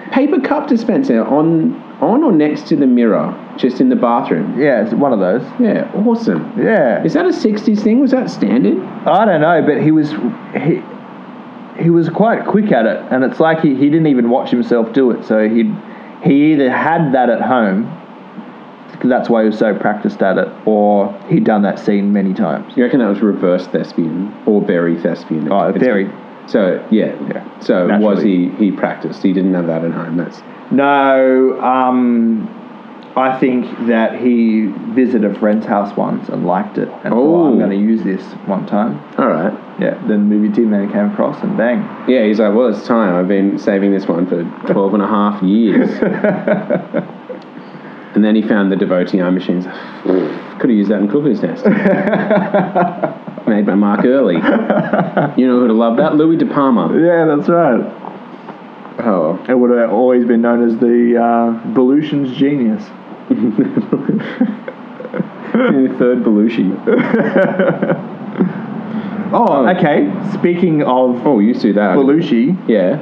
Speaker 1: did.
Speaker 2: Paper cup dispenser on on or next to the mirror, just in the bathroom.
Speaker 1: Yeah, it's one of those.
Speaker 2: Yeah, awesome.
Speaker 1: Yeah,
Speaker 2: Is that a '60s thing? Was that standard?
Speaker 1: I don't know, but he was he. He was quite quick at it, and it's like he, he didn't even watch himself do it. So he he either had that at home, 'cause that's why he was so practiced at it, or he'd done that scene many times.
Speaker 2: You reckon that was reverse thespian or very thespian?
Speaker 1: Oh,
Speaker 2: It's-
Speaker 1: very.
Speaker 2: So yeah, yeah. So was
Speaker 1: Naturally.
Speaker 2: he? He practiced. He didn't have that at home. That's
Speaker 1: No, um, I think that he visited a friend's house once and liked it, and thought, I'm
Speaker 2: Oh.
Speaker 1: going to use this one time.
Speaker 2: all right.
Speaker 1: Yeah, then movie team man came across and bang.
Speaker 2: Yeah, he's like, well, it's time. I've been saving this one for 12 and a half years. and then he found the devotee eye machines. Could have used that in Cuckoo's Nest. Made my mark early. You know who'd have loved that? Louis De Palma.
Speaker 1: Yeah, that's right.
Speaker 2: Oh,
Speaker 1: It would have always been known as the uh, Belushian's genius.
Speaker 2: third Belushi.
Speaker 1: Oh, okay. Speaking of
Speaker 2: Oh, you used to do that.
Speaker 1: Belushi,
Speaker 2: Yeah.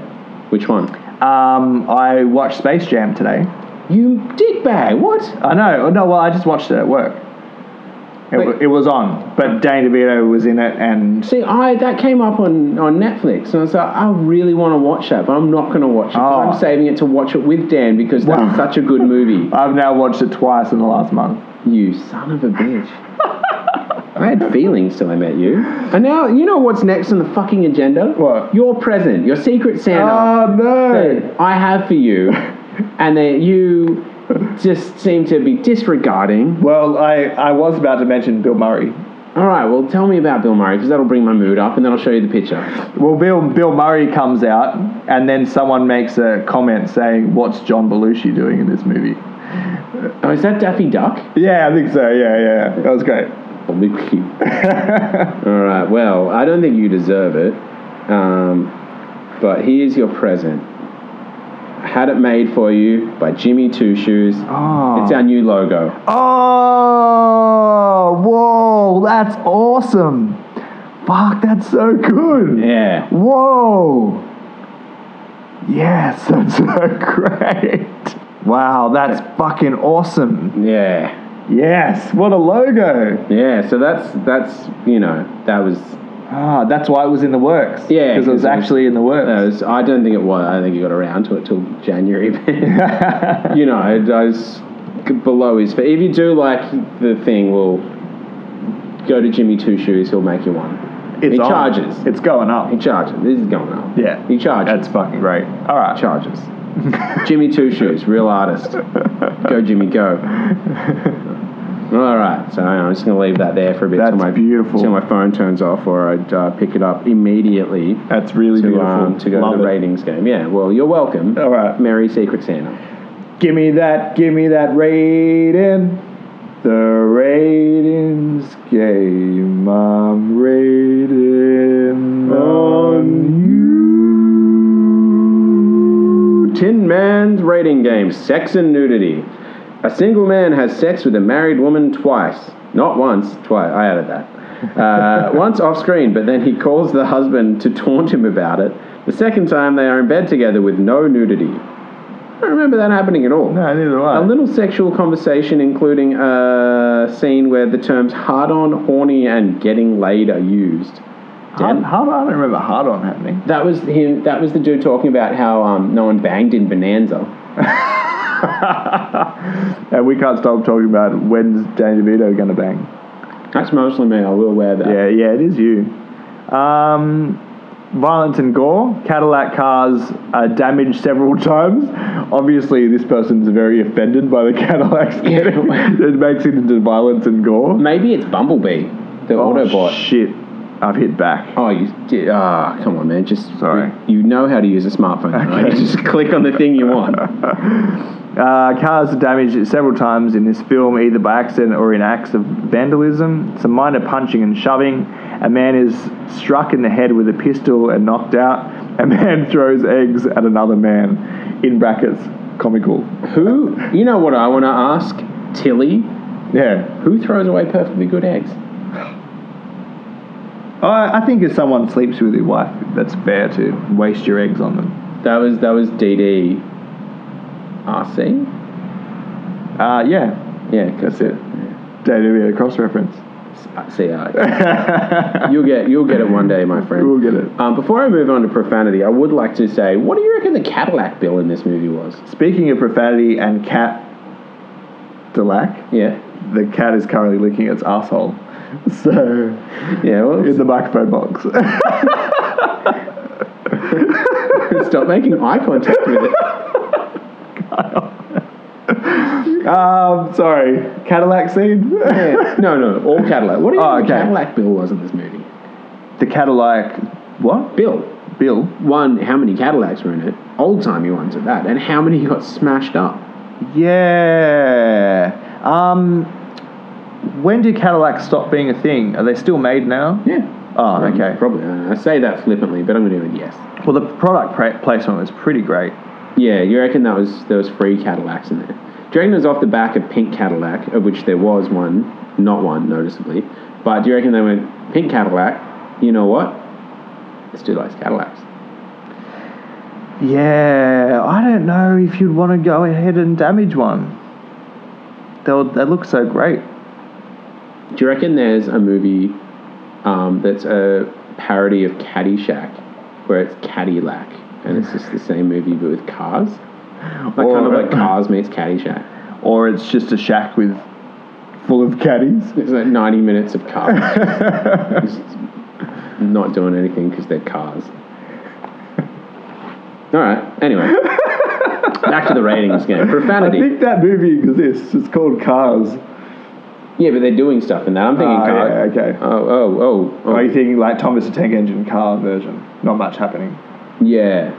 Speaker 2: Which one?
Speaker 1: um, I watched Space Jam today.
Speaker 2: You dickbag! What?
Speaker 1: I know. Oh, No, well, I just watched it at work. It,
Speaker 2: Wait.
Speaker 1: w- it was on, but Danny DeVito was in it, and
Speaker 2: See, I that came up on, on Netflix, and I was like, I really want to watch that, but I'm not going to watch it. 'cause
Speaker 1: Oh.
Speaker 2: I'm saving it to watch it with Dan because that's
Speaker 1: Wow.
Speaker 2: such a good movie.
Speaker 1: I've now watched it twice in the last month.
Speaker 2: You son of a bitch. I had feelings till I met you. And now, you know what's next on the fucking agenda?
Speaker 1: What?
Speaker 2: Your present, your secret Santa
Speaker 1: Oh no!
Speaker 2: that I have for you, and that you just seem to be disregarding.
Speaker 1: Well, I, I was about to mention Bill Murray.
Speaker 2: All right, well, tell me about Bill Murray because that'll bring my mood up, and then I'll show you the picture.
Speaker 1: Well, Bill Bill Murray comes out, and then someone makes a comment saying, "What's John Belushi doing in this movie?"
Speaker 2: Oh, is that Daffy Duck?
Speaker 1: Yeah, I think so. Yeah, yeah, that was great.
Speaker 2: Probably. All right. Well, I don't think you deserve it, um, but here's your present. Had it made for you by Jimmy Two Shoes.
Speaker 1: Oh,
Speaker 2: It's our new logo.
Speaker 1: oh, whoa, that's awesome! Fuck, that's so good.
Speaker 2: Yeah.
Speaker 1: Whoa! Yes, that's so great. Wow, that's fucking awesome.
Speaker 2: Yeah.
Speaker 1: Yes, what a logo.
Speaker 2: Yeah. So that's that's you know that was
Speaker 1: Ah, that's why it was in the works.
Speaker 2: Yeah,
Speaker 1: because it was
Speaker 2: 'cause it was-
Speaker 1: actually in the
Speaker 2: that
Speaker 1: works.
Speaker 2: was I don't think it was I don't think he got around to it till January. but, you know, it was below his. But if you do like the thing, we'll go to Jimmy Two Shoes. He'll make you one.
Speaker 1: it's
Speaker 2: He
Speaker 1: on.
Speaker 2: charges.
Speaker 1: It's going up.
Speaker 2: He charges. This is going up.
Speaker 1: Yeah,
Speaker 2: He charges.
Speaker 1: that's fucking great. All right.
Speaker 2: charges. Jimmy Two Shoes, real artist. Go, Jimmy, go. All right, so hang on, I'm just going to leave that there for a bit
Speaker 1: That's
Speaker 2: till my
Speaker 1: beautiful.
Speaker 2: till my phone turns off, or I uh, pick it up immediately
Speaker 1: That's really
Speaker 2: to,
Speaker 1: beautiful.
Speaker 2: um, to go
Speaker 1: Love
Speaker 2: to the
Speaker 1: it.
Speaker 2: ratings game. Yeah, well, you're welcome.
Speaker 1: All right.
Speaker 2: Merry Secret Santa.
Speaker 1: Give me that, give me that rating. The ratings game, I'm rating on you.
Speaker 2: Tin Man's rating game: sex and nudity. A single man has sex with a married woman twice, not once, twice. I added that. Uh, once off screen, but then he calls the husband to taunt him about it. The second time, they are in bed together with no nudity. I don't remember that happening at all.
Speaker 1: No, neither do I.
Speaker 2: A little sexual conversation, including a scene where the terms hard on, horny, and getting laid are used.
Speaker 1: hard, hard, I don't remember hard on happening.
Speaker 2: That was him. That was the dude talking about how um, no one banged in Bonanza.
Speaker 1: and Uh, we can't stop talking about when's Danny DeVito going to bang.
Speaker 2: That's mostly me. I will wear that.
Speaker 1: Yeah, yeah, it is you. Um, violence and gore. Cadillac cars are damaged several times. Obviously, this person's very offended by the Cadillacs. getting- it makes it into violence and gore.
Speaker 2: Maybe it's Bumblebee, the
Speaker 1: Oh,
Speaker 2: Autobot.
Speaker 1: shit. I've hit back.
Speaker 2: Oh, you did. Ah, come on, man. Just
Speaker 1: Sorry.
Speaker 2: You, know how to use a smartphone. Right? You just click on the thing you want.
Speaker 1: Uh, cars are damaged several times in this film, either by accident or in acts of vandalism. Some minor punching and shoving. A man is struck in the head with a pistol and knocked out. A man throws eggs at another man. In brackets, comical.
Speaker 2: Who? You know what I want to ask, Tilly?
Speaker 1: Yeah.
Speaker 2: Who throws away perfectly good eggs?
Speaker 1: I, I think if someone sleeps with your wife, that's fair to waste your eggs on them.
Speaker 2: That was that was DD. RC.
Speaker 1: Uh, yeah,
Speaker 2: Yeah, that's it.
Speaker 1: David a cross reference.
Speaker 2: CR. you'll get you'll get it one day, my friend.
Speaker 1: We'll get it.
Speaker 2: Um, before I move on to profanity, I would like to say, what do you reckon the Cadillac bill in this movie was?
Speaker 1: Speaking of profanity and cat, Delac.
Speaker 2: Yeah.
Speaker 1: the cat is currently licking its asshole. So,
Speaker 2: Yeah. Well,
Speaker 1: in the microphone box.
Speaker 2: Stop making eye contact with it.
Speaker 1: Um, sorry, Cadillac scene.
Speaker 2: Yeah. No, no, all Cadillac. What do you
Speaker 1: Oh,
Speaker 2: think
Speaker 1: okay.
Speaker 2: Cadillac Bill was in this movie?
Speaker 1: the Cadillac, what?
Speaker 2: Bill,
Speaker 1: Bill?
Speaker 2: one, how many Cadillacs were in it? Old timey ones at that, and how many got smashed up?
Speaker 1: Yeah. Um, when did Cadillac stop being a thing? Are they still made now?
Speaker 2: Yeah.
Speaker 1: Oh, okay.
Speaker 2: Probably. uh, I say that flippantly, but I'm going to do it yes.
Speaker 1: Well, the product pra- placement was pretty great.
Speaker 2: Yeah, you reckon that was there was free Cadillacs in there? Do you reckon it was off the back of pink Cadillac, of which there was one, not one noticeably, but do you reckon they went pink Cadillac? You know what? Let's do those Cadillacs.
Speaker 1: Yeah, I don't know if you'd want to go ahead and damage one. They'll, they look so great.
Speaker 2: Do you reckon there's a movie um, that's a parody of Caddyshack, where it's Cadillac, and it's just the same movie but with cars? Like kind of
Speaker 1: Or-
Speaker 2: like Cars meets Caddyshack.
Speaker 1: Or it's just a shack with full of caddies.
Speaker 2: It's like 90 minutes of cars. Just not doing anything because they're cars. All right. Anyway, back to the ratings game. Profanity.
Speaker 1: that movie exists. It's called Cars.
Speaker 2: yeah, but they're doing stuff in that. I'm thinking
Speaker 1: Ah,
Speaker 2: car.
Speaker 1: yeah, okay.
Speaker 2: Oh, oh, oh, oh.
Speaker 1: Or you thinking like Thomas the Tank Engine car version? Not much happening.
Speaker 2: Yeah.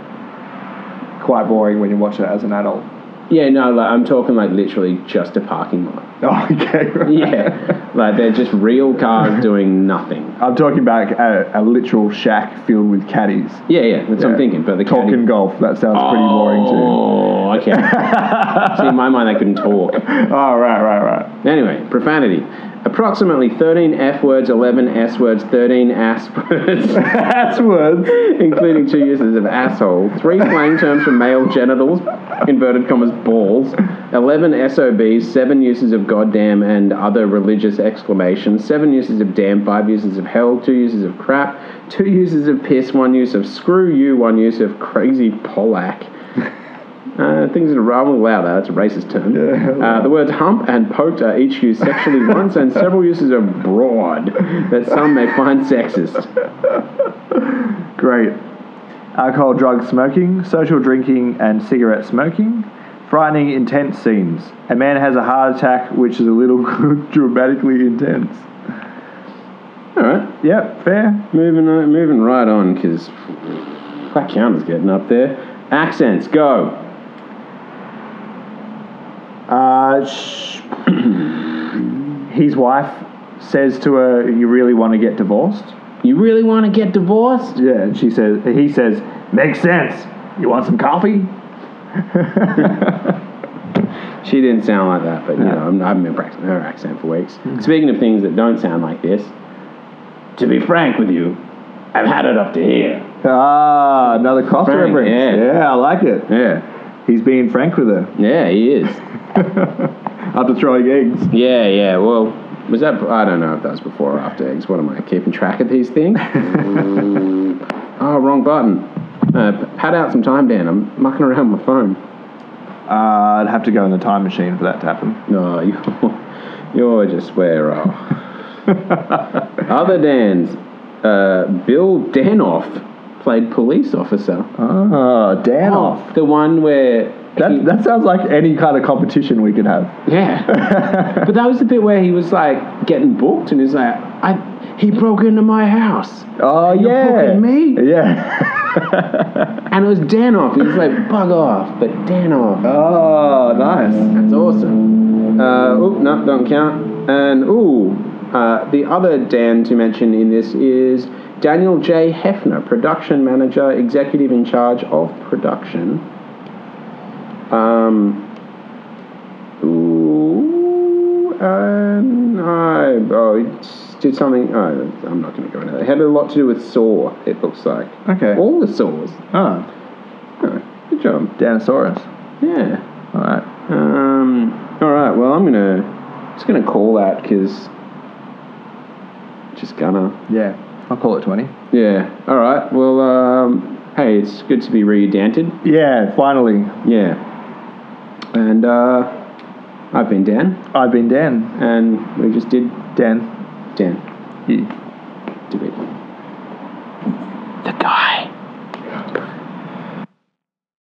Speaker 1: Quite boring when you watch it as an adult.
Speaker 2: Yeah. No, like, I'm talking like literally just a parking lot.
Speaker 1: Oh, okay. Right.
Speaker 2: Yeah. like they're just real cars doing nothing.
Speaker 1: I'm talking about a, a literal shack filled with caddies.
Speaker 2: Yeah, yeah. That's what I'm thinking. But the
Speaker 1: Talking
Speaker 2: caddy-
Speaker 1: golf. That sounds pretty boring too.
Speaker 2: Oh, okay. See, in my mind, I couldn't talk.
Speaker 1: Oh, right, right, right.
Speaker 2: Anyway, profanity. Approximately 13 F words, 11 S words, 13 ass words,
Speaker 1: That's words.
Speaker 2: including two uses of asshole, three slang terms for male genitals, inverted commas, balls, 11 SOBs, seven uses of goddamn and other religious exclamations, seven uses of damn, five uses of hell, two uses of crap, two uses of piss, one use of screw you, one use of crazy Polack. Uh, things that are rather allow that. That's a racist term.
Speaker 1: Yeah.
Speaker 2: Uh, the words hump and poked are each used sexually once, and several uses are broad that some may find sexist.
Speaker 1: Great. Alcohol, drug smoking, social drinking, and cigarette smoking. Frightening, intense scenes. A man has a heart attack, which is a little dramatically intense.
Speaker 2: All right,
Speaker 1: Yep, fair.
Speaker 2: moving on, moving right on because that counter's getting up there. Accents, go.
Speaker 1: Uh, sh- his wife says to her, "You really want to get divorced?"
Speaker 2: You really want to get divorced?
Speaker 1: Yeah, and she says, "He says, makes sense. You want some coffee?"
Speaker 2: She didn't sound like that, but you know, I'm, I haven't been practicing her accent for weeks. Speaking of things that don't sound like this, to be frank with you, I've had it up to here.
Speaker 1: Ah, another coffee
Speaker 2: Frank,
Speaker 1: reference.
Speaker 2: yeah.
Speaker 1: yeah, I like it.
Speaker 2: Yeah,
Speaker 1: He's being frank with her
Speaker 2: yeah, he is.
Speaker 1: after throwing eggs.
Speaker 2: Yeah, yeah. Well, was that? I don't know if that was before or after eggs. What am I keeping track of these things? Mm. oh, wrong button. Uh, p- pad out some time, Dan. I'm mucking around my phone.
Speaker 1: Uh, I'd have to go in the time machine for that to happen.
Speaker 2: No, you're, you're just where off. Other Dan's, uh, Bill Danoff played police officer.
Speaker 1: Oh, Dan off.
Speaker 2: The one where he-
Speaker 1: That, that sounds like any kind of competition we could have.
Speaker 2: Yeah. but that was the bit where he was like getting booked, and he's like, I he broke into my house.
Speaker 1: Oh, yeah.
Speaker 2: booking me?
Speaker 1: Yeah.
Speaker 2: And it was Danoff. He was like, bug off, but Danoff.
Speaker 1: Oh, nice.
Speaker 2: That's awesome. Uh, oop, no, don't count. And, ooh, uh, the other Dan to mention in this is Daniel J. Hefner, production manager, executive in charge of production. Um, ooh, and I, oh, he did something, oh, I'm not going to go into that. It had a lot to do with Saw, it looks like.
Speaker 1: Okay.
Speaker 2: All the Saws.
Speaker 1: Oh,
Speaker 2: Oh, good job.
Speaker 1: Danosaurus.
Speaker 2: Yeah.
Speaker 1: All right.
Speaker 2: Um, all right. Well, I'm gonna just gonna call that because just gonna.
Speaker 1: Yeah. I'll call it 20.
Speaker 2: Yeah. All right. Well, um, hey, it's good to be redanted.
Speaker 1: Yeah, finally.
Speaker 2: Yeah. And uh, I've been Dan,
Speaker 1: I've been Dan.
Speaker 2: and we just did
Speaker 1: Dan.
Speaker 2: Dan.
Speaker 1: You.
Speaker 2: Did it. The guy.